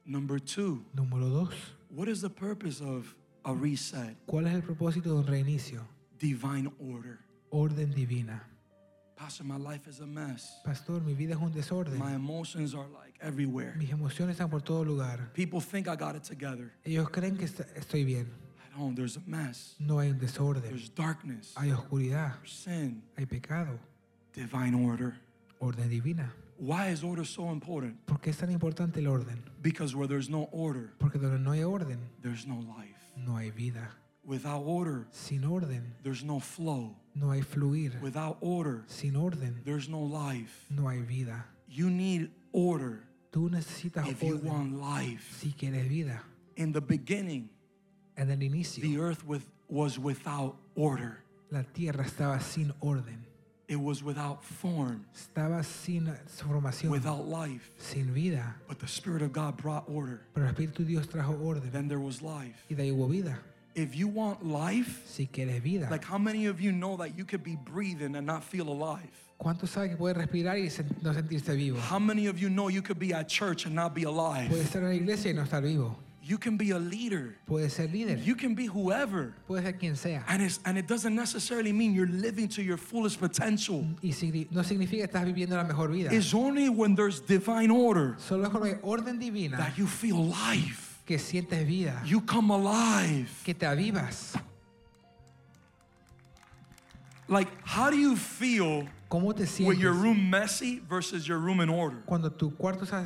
Number two,
Número dos,
what is the purpose of a reset?
¿cuál es el propósito de un reinicio?
Divine order.
Orden divina.
Pastor, my life is a mess.
Pastor, mi vida es un desorden.
My emotions are like everywhere.
Mis emociones están por todo lugar.
People think I got it together.
Ellos creen que est- estoy bien.
I don't. There's a mess.
No hay un desorden.
There's darkness.
Hay oscuridad.
Sin.
Hay pecado.
Divine order.
Orden divina.
Why is order so important?
¿Por qué es tan importante el orden?
Because where there's no order,
Porque donde no hay orden,
there's no life.
no hay vida.
Without order,
Sin orden,
there's no flow.
no hay fluir.
Without order,
Sin orden,
there's no life.
no hay vida.
You need order
Tú necesitas
if you
orden
want life.
si quieres vida.
In the beginning,
En el inicio,
the earth with, was without order.
la tierra estaba sin orden,
It was without form,
estaba sin formación,
without life.
sin vida.
But the Spirit of God brought order.
Pero el Espíritu de Dios trajo orden
Then there was life.
y de ahí hubo vida.
If you want life,
Si quieres vida,
like how many of you know that you could be breathing and not feel alive?
¿cuántos saben que puedes respirar y sen- no sentirse vivo?
How many of you know you could be at church and not be
Puedes
alive?
estar en la iglesia y no estar vivo.
You can be a leader.
Puedes ser líder,
You can be whoever.
puedes ser quien sea.
And it's and it doesn't necessarily mean you're living to your fullest potential.
Y signi- no significa que estás viviendo la mejor vida.
It's only when there's divine order
Solo es cuando hay orden divina
that you feel life.
que sientes vida,
You come alive.
que te avivas.
Like how do you feel
¿Cómo te
with your
sientes
room messy versus your room in order?
cuando tu cuarto está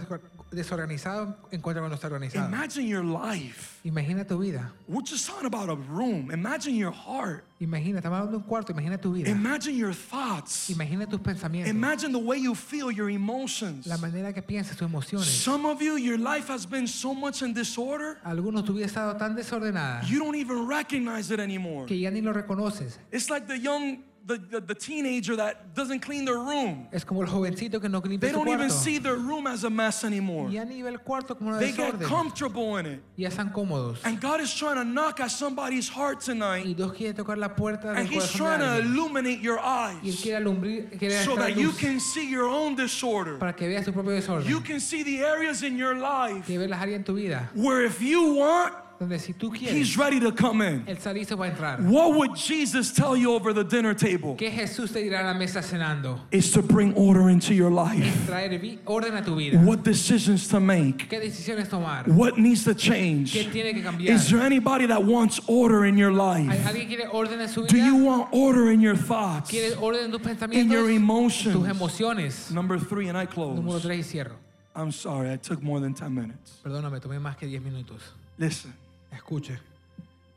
desorganizado en contra de cuando está organizado?
Imagine your life.
Imagina tu vida.
We're just talking about a room. Imagine your heart.
Imagina, estamos hablando de un cuarto. Imagina tu vida.
Imagine your thoughts.
Imagina tus pensamientos.
Imagine the way you feel, your emotions.
la manera que piensas, tus emociones.
Some of you, your life has been so much in disorder,
Algunos tu vida ha estado tan desordenada
you don't even recognize it anymore.
que ya ni lo reconoces.
It's like the young, the, the, the teenager that doesn't clean their room.
Es como el jovencito que no limpia
They
su
don't even
cuarto.
see their room as a mess anymore.
Ya ni ve el cuarto como un
They get
desorden.
comfortable in it.
Ya están cómodos.
And God is trying to knock at somebody's heart tonight,
Y Dios quiere tocar la puerta
and
del
He's
corazón de
trying to
alguien.
illuminate your
Y él
eyes
quiere alumbrir, quiere
so
dar
that you
luz
can see your own disorder.
para que veas tu propio
You
desorden.
can see the areas in your life
Que veas las áreas en tu vida
where if you want,
donde si tú quieres,
He's ready to come in.
él está listo para entrar.
What would Jesus tell you over the dinner table?
¿Qué Jesús te dirá a la mesa cenando?
Is to bring order into your life.
Traer vi- orden a tu vida.
What decisions to make?
¿Qué decisiones tomar?
What needs to
¿Qué
change?
tiene que cambiar?
Is there anybody that wants order in your
¿Hay-
life?
¿Alguien quiere orden en su
Do
vida?
you want order in your thoughts?
¿Quieres orden en tus
In your
pensamientos? Tus
emotions?
emociones.
Number three, and I
Número
close.
3 y cierro.
I'm sorry, I took more than 10 minutes.
Perdóname, tomé más que 10 minutos.
Listen,
Escuche.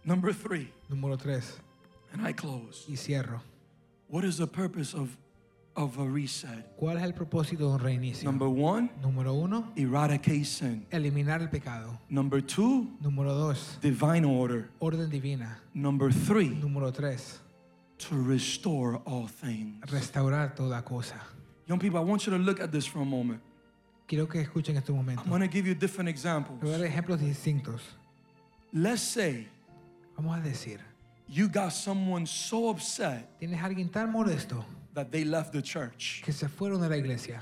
number three,
Número 3
and I close.
y cierro.
What is the purpose of, of a reset?
¿Cuál es el propósito de un reinicio?
Number one,
Número 1,
eradication.
eliminar el pecado.
Number two,
Número 2,
divine order.
orden divina.
Number three,
Número 3,
to restore all things.
restaurar toda cosa.
Young people, I want you to look at this for a moment.
Quiero que escuchen estos momentos.
I'm going to give you different
Voy a
examples.
dar ejemplos distintos.
Let's say
Vamos a decir,
you got someone so upset
tienes a alguien tan molesto
that they left the church.
que se fueron de la iglesia.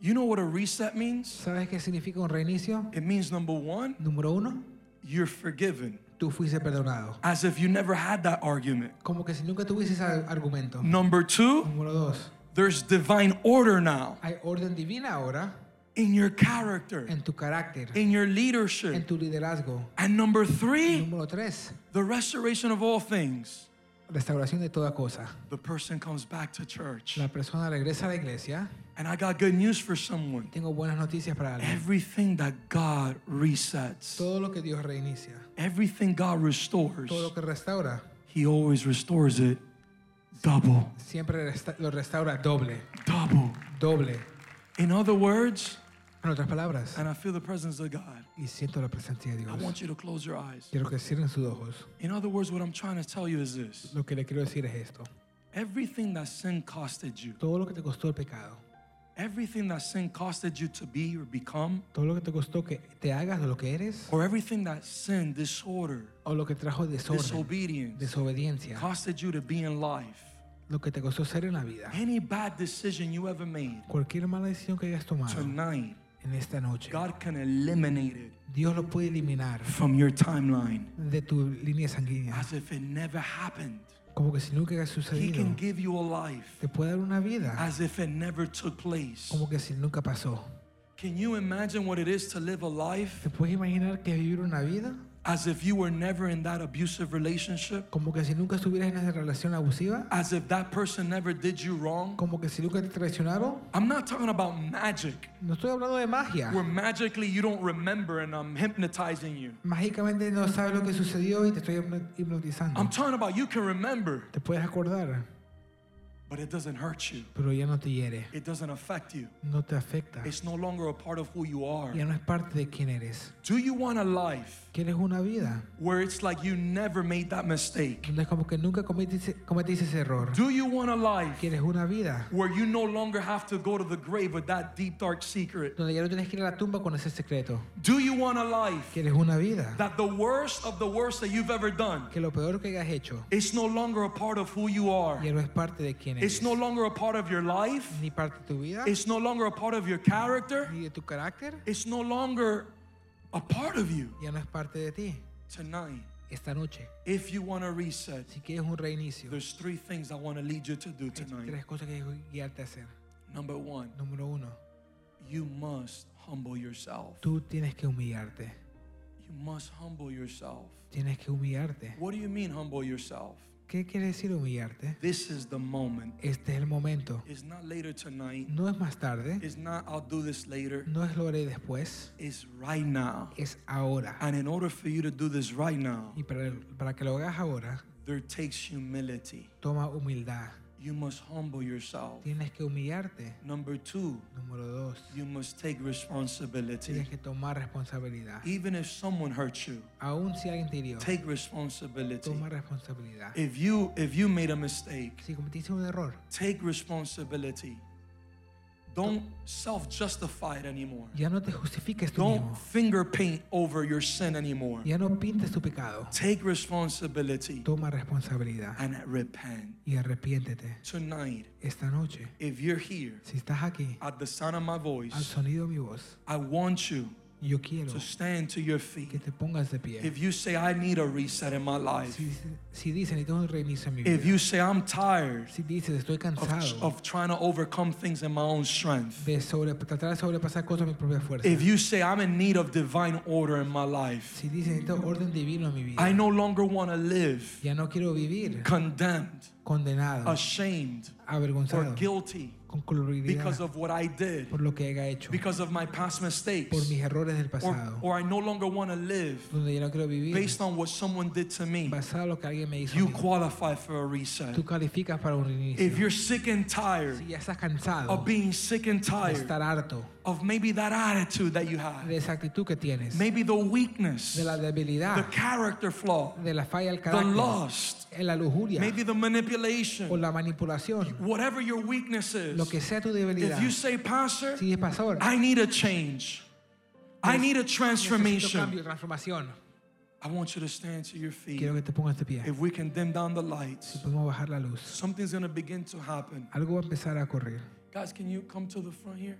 You know what a reset means?
¿Sabes qué significa un reinicio?
It means number one,
Número uno,
you're forgiven,
tú fuiste perdonado.
as if you never had that argument.
Como que si nunca tuvieses ar- argumento.
Number two,
Número dos,
there's divine order now
hay orden divina ahora
in your character,
en tu carácter,
in your
en
leadership.
tu liderazgo.
And number three,
Número tres,
the restoration of all things.
restauración de toda cosa.
The person comes back to church.
La persona regresa a la iglesia.
And I got good news for someone.
Tengo buenas noticias para alguien.
Everything that God resets,
Todo lo que Dios reinicia,
everything God restores,
todo lo que restaura,
He always restores it double,
siempre resta- lo restaura doble,
double.
doble.
In other words,
En otras palabras,
and I feel the presence of God.
y siento la presencia de
I
Dios.
want you to close your eyes.
Quiero que cierren sus ojos.
In other words, what I'm trying to tell you is this
Lo que le quiero decir es esto.
everything that sin costed you,
Todo lo que te costó el pecado,
everything that sin costed you to be or become,
todo lo que te costó que te hagas de lo que eres,
or everything that sin, disorder,
o lo que trajo desorden,
disobedience,
desobediencia,
costed you to be in life,
lo que te costó ser en la vida,
any bad decision you ever made,
cualquier mala decisión que hayas tomado
tonight,
en esta noche,
God can eliminate it
Dios lo puede eliminar
from your timeline
de tu línea sanguínea,
as if it never happened.
como que si nunca haya
He
sucedido.
can Ah. give you a life
Te puede dar una vida
as if it never took place.
como que si nunca pasó.
Can you imagine what it is to live a life
¿Te puedes imaginar que vivir una vida
as if you were never in that abusive relationship?
como que si nunca estuvieras en esa relación abusiva?
As if that person never did you wrong?
Como que si nunca te traicionaron.
I'm not talking about magic,
No estoy hablando de magia.
where magically you don't remember and I'm hypnotizing you.
Mágicamente no sabes lo que sucedió y te estoy hipno-
I'm
hipnotizando.
talking about you can remember,
Te puedes acordar,
but it doesn't hurt you.
pero ya no te hiere,
It doesn't affect you.
no te afecta,
It's no longer a part of who you are.
ya no es parte de quién eres.
Do you want a life
Quieres una vida
where it's like you never made that mistake?
donde es como que nunca cometiste, cometiste ese error.
Do you want a life
Quieres una vida
where you no longer have to go to the grave with that deep, dark secret?
donde ya no tienes que ir a la tumba con ese secreto.
Do you want a life
Quieres una vida
that the worst of the worst that you've ever done
que lo peor que hayas hecho
it's no longer a part of who you are?
ya no es parte de quién
It's
eres,
no longer a part of your life.
ni parte de tu vida,
It's no longer a part of your character.
ni de tu carácter,
It's no longer a part of you.
ya no es parte de ti.
Tonight,
Esta noche,
if you want to reset,
si quieres un reinicio,
there's three things I want to lead you to do tonight.
tres cosas que quiero guiarte a hacer.
Number one,
Número uno,
you must humble yourself.
tú tienes que humillarte.
You must humble yourself.
Tienes que humillarte.
What do you mean, humble yourself?
¿Qué quiere decir humillarte?
This is the moment.
Este es el momento.
It's not later tonight.
No es más tarde,
It's not, I'll do this later.
no es lo haré después,
It's right now.
es ahora.
And in order for you to do this right now,
Y para, para que lo hagas ahora,
there takes humility.
toma humildad.
You must humble yourself.
Tienes que humillarte.
Number two,
Número dos,
you must take responsibility.
tienes que tomar responsabilidad.
Even if someone hurts you,
Aún si alguien te hirió,
take responsibility.
toma responsabilidad.
If you if you made a mistake,
Si cometiste un error,
take responsibility. Don't self-justify it anymore.
ya no te justifiques tú
Don't
mismo.
finger paint over your sin anymore.
Ya no pintes tu pecado.
Take responsibility
Toma responsabilidad
and repent.
y arrepiéntete.
Tonight,
Esta noche,
if you're here
si estás aquí,
at the sound of my
al
voice,
sonido de mi voz,
I want you
yo quiero
to stand to your
que
feet.
te pongas de pie.
If you say, I need a reset in my life,
Si, si dicen, necesito un reinicio en mi
if
vida.
you say, I'm tired
Si dices, estoy
of,
cansado
of trying to overcome things in my own strength,
de sobre- tratar de sobrepasar cosas a mi propia fuerza.
if you say, I'm in need of divine order in my life,
Si dices, necesito orden divino en mi
I
vida.
no longer want to live
Ya no quiero vivir
condemned, Ah,
condenado,
ashamed, or
avergonzado,
guilty
concluirá
because of what I did,
por lo que haya hecho,
because of my past
por
mistakes,
mis errores del
or,
pasado,
or I no longer want to live
donde yo no quiero vivir,
based on what someone did to me.
basado en lo que alguien me hizo. a
You
mí.
qualify for a reset.
Tú calificas para un
If
reinicio.
you're sick and tired
Si ya estás
of
cansado
being sick and
de
tired
estar harto
of maybe that attitude that you have,
de esa actitud que tienes, de
maybe the weakness,
la
the
debilidad,
character flaw,
de la falla al
the
carácter,
lust,
en la lujuria
maybe the
o
manipulation,
la manipulación,
whatever your weakness
lo
is,
que sea tu
if
debilidad.
you say, Pastor,
Si es pastor,
I need a change, I need a
necesito
transformation,
cambio, transformación.
I want you to stand to your feet.
Quiero que te pongas de pie.
If we can dim down the lights,
Podemos bajar la luz.
something's going to begin to happen.
Algo va a empezar a correr.
Guys, can you come to the front here?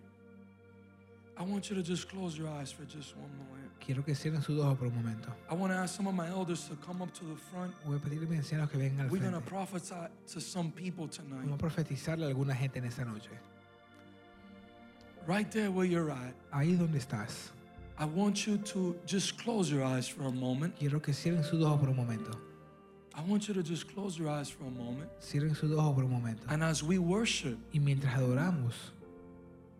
I want you to just close your eyes for just one moment.
Quiero que cierren sus ojos por un momento.
I want to ask some of my elders to come up to the front.
Voy a pedirle a mis ancianos que vengan al
We're going to
frente.
prophesy to some people tonight.
Vamos a profetizarle a alguna gente en esta noche.
Right there where you're at,
Ahí donde estás,
I want you to just close your eyes for a moment.
quiero que cierren sus ojos por un momento.
I want you to just close your eyes for a moment.
Cierren sus ojos por un momento.
And as we worship,
Y mientras adoramos,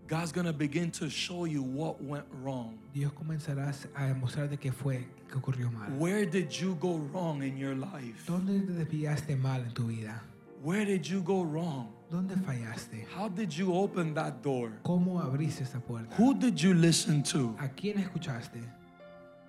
God's going to begin to show you what went wrong.
Dios comenzará a demostrarte qué fue que ocurrió mal.
Where did you go wrong in your life?
¿Dónde te desviaste mal en tu vida?
Where did you go wrong?
¿Dónde fallaste?
How did you open that door?
¿Cómo abriste esa puerta?
Who did you listen to?
¿A quién escuchaste?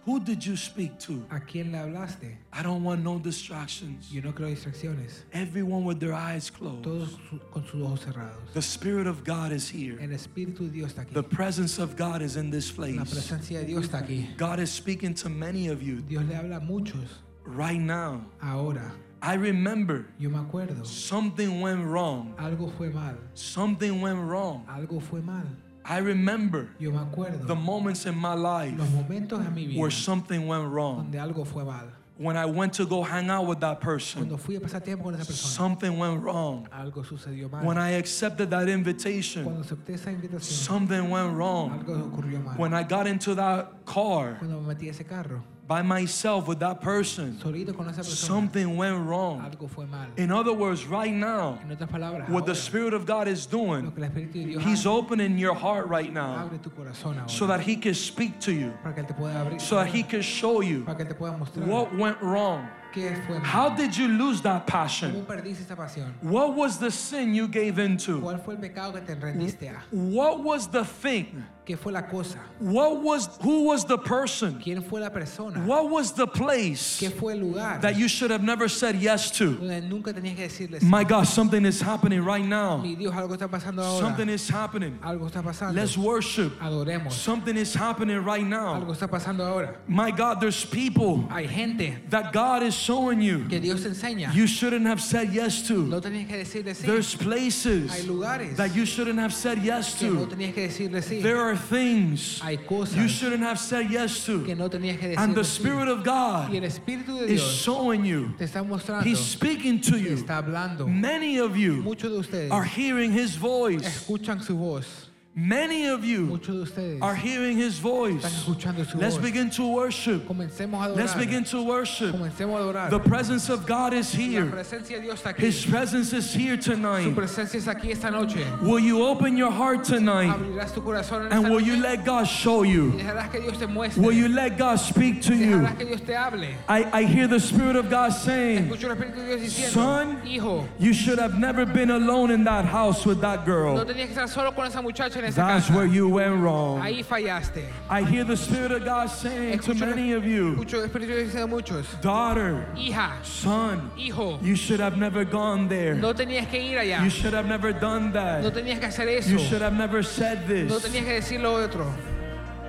Who did you speak to?
¿A quién le hablaste?
I don't want no distractions.
Yo no creo distracciones.
Everyone with their eyes closed.
Todos su- con sus ojos cerrados.
The Spirit of God is here.
El Espíritu de Dios está aquí.
The presence of God is in this
La
place.
presencia de Dios está aquí.
God is speaking to many of you
Dios le habla a muchos.
right now.
Ahora,
I remember
yo me acuerdo,
something went wrong.
algo fue mal.
Something went wrong.
Algo fue mal.
I remember
Yo me acuerdo
the moments in my life
los momentos en mi vida
where something went wrong.
donde algo fue mal.
When I went to go hang out with that person,
Cuando fui a pasar tiempo con esa persona,
something went wrong.
algo sucedió
When
mal.
I accepted that invitation,
Cuando acepté esa invitación,
something went wrong.
algo ocurrió
When
mal.
I got into that car
Cuando me metí a ese carro,
by myself with that person,
solito con esa persona,
something went wrong.
algo fue mal.
In other words, right now,
En otras palabras,
what the
ahora,
Spirit of God is
lo
doing,
que el Espíritu de Dios
He's
hace,
opening your heart right now
abre tu corazón ahora
so that He can speak to you,
para que Él te pueda abrir,
so that He can show you
para que Él te pueda mostrar
what went wrong.
qué fue mal.
How did you lose that passion?
¿Cómo perdiste esa pasión?
What was the sin you gave into?
¿Cuál fue el pecado que te rendiste a?
What was the thing?
¿Qué fue la cosa?
What was who was the person?
¿Quién fue la persona?
What was the place
¿Qué fue el lugar
that you should have never said yes to?
donde nunca tenías que decirle sí?
My God, something is happening right now.
Mi Dios, algo está pasando ahora.
Something is happening.
Algo está pasando.
Let's worship.
Adoremos.
Something is happening right
Algo
now.
está pasando ahora.
My God, there's people
Hay gente
that God is showing you
que Dios enseña.
you shouldn't have said yes to.
No tenías que decirle sí.
There's places
Hay lugares
that you shouldn't have said yes
que no
to.
tenías que decirle sí.
There are things
Hay
you
cosas
shouldn't have said yes
que
to.
no tenías que
And the
decirle sí.
Spirit of God
Y el Espíritu de
is
Dios
showing you.
te está mostrando.
He's
Te
speaking to you.
está hablando.
Many of you
Muchos de ustedes
are hearing his voice.
escuchan su voz.
Many of you
Muchos de ustedes
are hearing his voice.
están escuchando su
Let's
voz.
begin to worship.
Comencemos a adorar.
Let's begin to worship.
Comencemos a adorar.
The presence of God is
La
here.
presencia de Dios está aquí.
His presence is here
Su
tonight.
presencia es aquí esta noche.
Will you open your heart tonight?
Abrirás tu corazón en esta
And will you
noche
let God show
y
you?
dejarás que Dios te muestre.
Will you let God speak to you?
Dejarás que Dios te hable.
I, I hear the Spirit of God saying,
Escucho el Espíritu de Dios diciendo,
Son,
hijo,
You should have never been alone in that house with that
no
girl.
tenías que estar solo con esa muchacha en esa
That's
casa.
where you went wrong.
Ahí fallaste.
I hear the Spirit of God saying to
Escucho el-
many of you,
Escucho el Espíritu de Dios diciendo a muchos,
daughter,
hija,
son,
hijo,
you should have never gone there.
no tenías que ir allá.
You should have never done
No
that.
tenías que hacer eso.
You should have never said
No
this.
tenías que decir lo otro.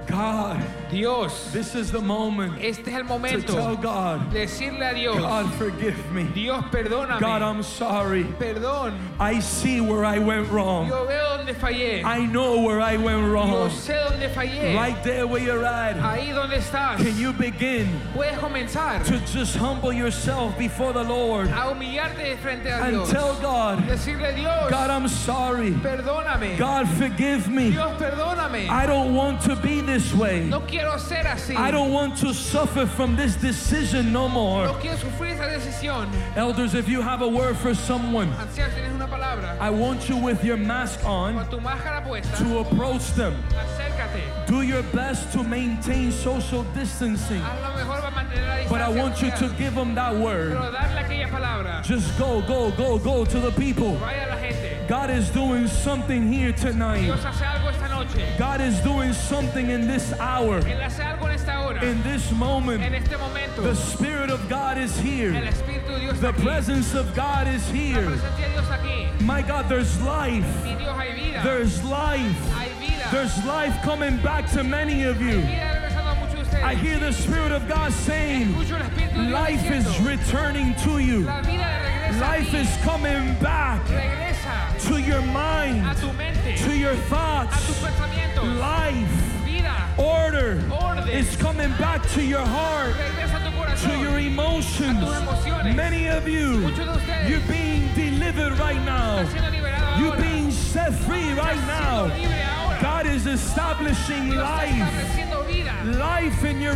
God,
Dios,
this is the moment
este es
to
el
tell
momento.
God,
Decirle a Dios,
God, forgive me.
Dios,
God,
perdóname.
I'm sorry.
Perdón,
I see where I went wrong.
yo veo dónde fallé.
I know where I went
Yo
wrong.
sé dónde fallé.
Right there where you're at,
Ahí donde estás.
can you begin
Puedes comenzar
to just humble yourself before the Lord
a humillarte de frente a
and
Dios.
tell God,
Decirle Dios,
God, I'm sorry.
perdóname.
God, forgive me.
Dios, perdóname.
I don't want to be this way.
No quiero ser así.
I don't want to suffer from this decision no more.
No quiero sufrir esa decisión.
Elders, if you have a word for someone,
Ancianos, tienes una palabra.
I want you with your mask on
Con tu máscara puesta,
to approach them.
acércate.
Do your best to maintain social distancing,
Haz lo mejor para mantener la
but
distancia.
I want you to
social,
give them that word.
Pero darle aquella palabra.
Just go, go, go, go to the people.
Vaya la gente.
God is doing something here tonight.
Dios hace algo esta noche.
God is doing something in this hour,
Él hace algo en esta hora.
in this moment.
En este momento.
The Spirit of God is
El
here.
Espíritu de Dios está
The
aquí.
presence of God is
La
here.
presencia de Dios aquí.
My God, there's life.
Mi Dios, hay vida.
There's life.
hay vida.
There's life coming back to many of you.
Hay vida regresando a muchos de ustedes.
I hear the Spirit of God saying,
Escucho el Espíritu de Dios
Life
diciendo,
is returning to you.
La vida de regresa a
Life
ti.
is coming back
Regresa
to your
a
mind,
tu mente.
to your
a tus
thoughts.
pensamientos.
Life,
vida.
order
Orden.
is coming back to your heart,
regresa a tu corazón.
to your emotions.
tus emociones.
Many of you,
Muchos de ustedes
you're being delivered right
están
now.
siendo liberados
You're
ahora.
being set free right
Están siendo
now.
libre ahora.
God is establishing
Dios está
life,
estableciendo vida.
life in your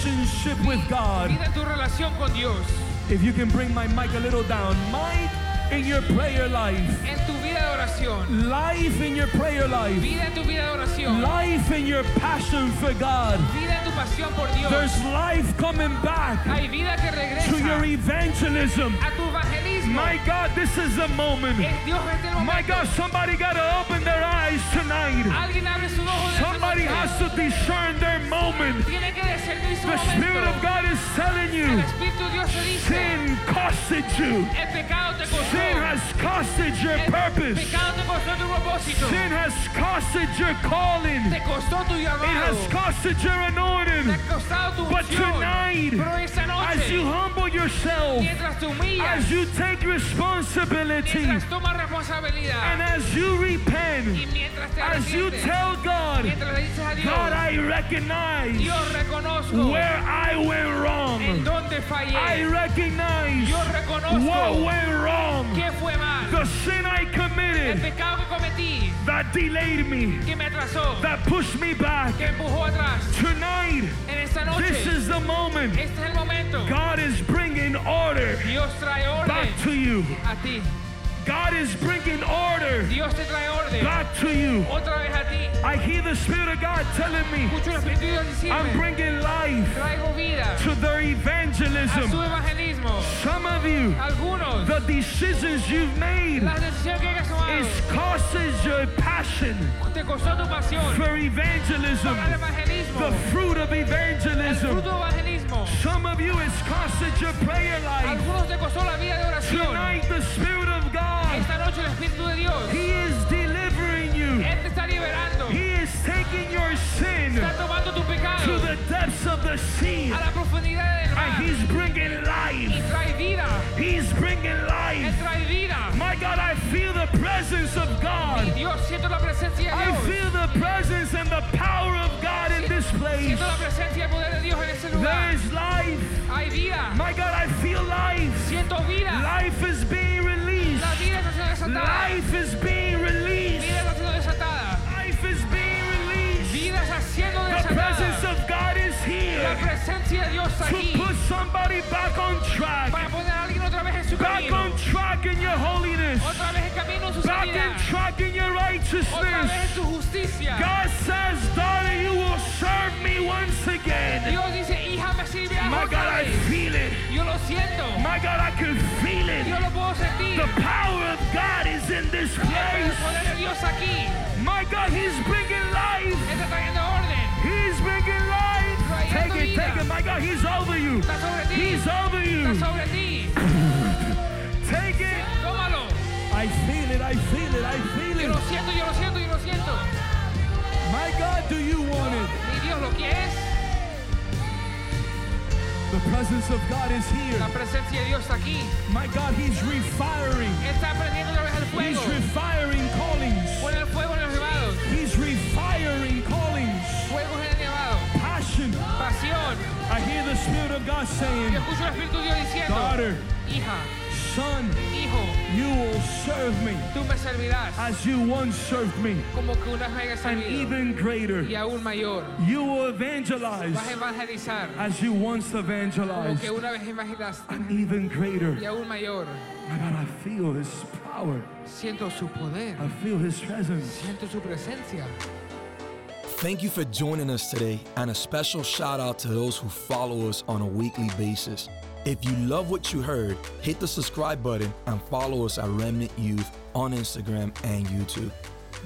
relationship with God.
Vida en tu relación con Dios.
If you can bring my mic a little down, mic in your prayer life,
En tu vida de oración.
life in your prayer life,
Vida en tu vida de oración.
life in your passion for God.
vida en tu pasión por Dios.
There's life coming back
Hay vida que regresa
to your evangelism.
a tu evangelismo.
My God, this is the moment.
es Dios en el
My
momento.
God, somebody got to open their eyes tonight.
Alguien abre sus ojos. este
Somebody has to discern their moment.
Tiene que discernir su
The
momento.
Spirit of God is telling
el
you
Espíritu de Dios te dice.
sin costed you.
El pecado te costó.
Sin has costed your
el
purpose.
pecado te costó tu propósito.
Sin has costed your calling.
te costó tu
It
llamado.
has costed your
te
anointing.
ha costado tu
But
unción.
tonight,
Pero esa noche,
as you humble yourself,
mientras te humillas,
as you take responsibility,
mientras tomas responsabilidad
and as you
y
repent,
mientras te
as you
arrepientes,
tell God,
mientras le dices a Dios,
God, I recognize
Dios reconozco
where I went
en
wrong.
dónde fallé.
I recognize
Yo reconozco
what went wrong.
¿Qué fue mal?
The sin I
El
committed
pecado que cometí,
that delayed me,
que me atrasó,
that pushed me back.
que empujó atrás.
Tonight,
En esta noche,
this
este
is the moment.
es el momento.
God is bringing order
Dios trae orden
back to you.
a ti.
God is bringing order
Dios te trae orden
back to you.
otra vez a ti.
I hear the Spirit of God telling me,
Escucho el Espíritu de Dios
I'm
decirme,
bringing life
traigo vida
to their
a su
evangelism.
evangelismo.
Some of you,
Algunos,
the decisions you've made
las decisiones que hayas tomado,
is causes your passion
te costó tu pasión
for evangelism,
para el evangelismo,
the fruit of
el fruto
evangelism.
del evangelismo.
Some of you, it's causes your prayer life.
Algunos te costó la vida de oración.
Tonight, the Spirit of God,
Esta noche el Espíritu de Dios,
He is delivering you.
Él te está liberando.
He is taking your sin
Está tomando tu
to
pecado
the depths of the sea.
a la profundidad del mar.
And he's bringing
Y
life.
trae vida.
He's bringing
Él
life.
trae vida.
My God, I feel the presence of God.
Dios, siento la presencia de
I
Dios.
feel the presence and the power of God in this place.
Siento la presencia y el poder de Dios en ese
There
lugar.
is life.
Hay vida.
My God, I feel life.
Siento vida.
Life is being released.
La vida está siendo desatada.
Life is being
La
released.
vida está siendo desatada.
Life is being released.
Vida está siendo
The presence
desatada.
of God is
La
here.
presencia de Dios está
to
aquí
put somebody back on track,
para poner a alguien otra vez en su
back
camino.
on track in your holiness,
Otra vez en camino en su
back
sanidad.
on track in your
Otra vez en
righteousness.
su justicia.
God says, daughter, you will serve me once again.
Dios dice, hija, me sirve
My God,
otra
I
vez.
feel it.
Yo lo siento.
My God, I can feel
Yo
it.
lo puedo sentir.
The power of God is in this
El
place.
poder de Dios aquí.
My God, He's bringing life.
Él está trayendo orden.
He's bringing life. Take it, take it. My God, He's over you.
Está sobre ti.
He's over
Está
you.
sobre ti.
Take it.
Tómalo.
I feel it. I feel it. I feel
Yo
it.
lo siento, yo lo siento, yo lo siento.
My God, do you want it?
Mi Dios, ¿lo quieres?
The presence of God is
La
here.
presencia de Dios está aquí.
My God, He's refiring.
Él está prendiendo otra vez el
He's
fuego.
refiring callings.
Pon el fuego en los nevados.
He's refiring callings.
Fuego en el nevado.
Passion.
Pasión.
I hear the Spirit of God
Yo
saying,
escucho el Espíritu de Dios diciendo,
daughter,
hija,
son,
hijo,
You will serve me
Tú me servirás
as you once served me,
como que una vez hayas
and
servido.
even greater.
Y aún mayor,
You will evangelize
vas a evangelizar
as you once
como
evangelized,
que una vez evangelizaste.
and even greater.
Y aún mayor,
My God, I feel His power.
siento su poder,
I feel His presence.
siento su presencia.
Thank you for joining us today, and a special shout out to those who follow us on a weekly basis. If you love what you heard, hit the subscribe button and follow us at Remnant Youth on Instagram and YouTube.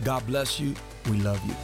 God bless you. We love you.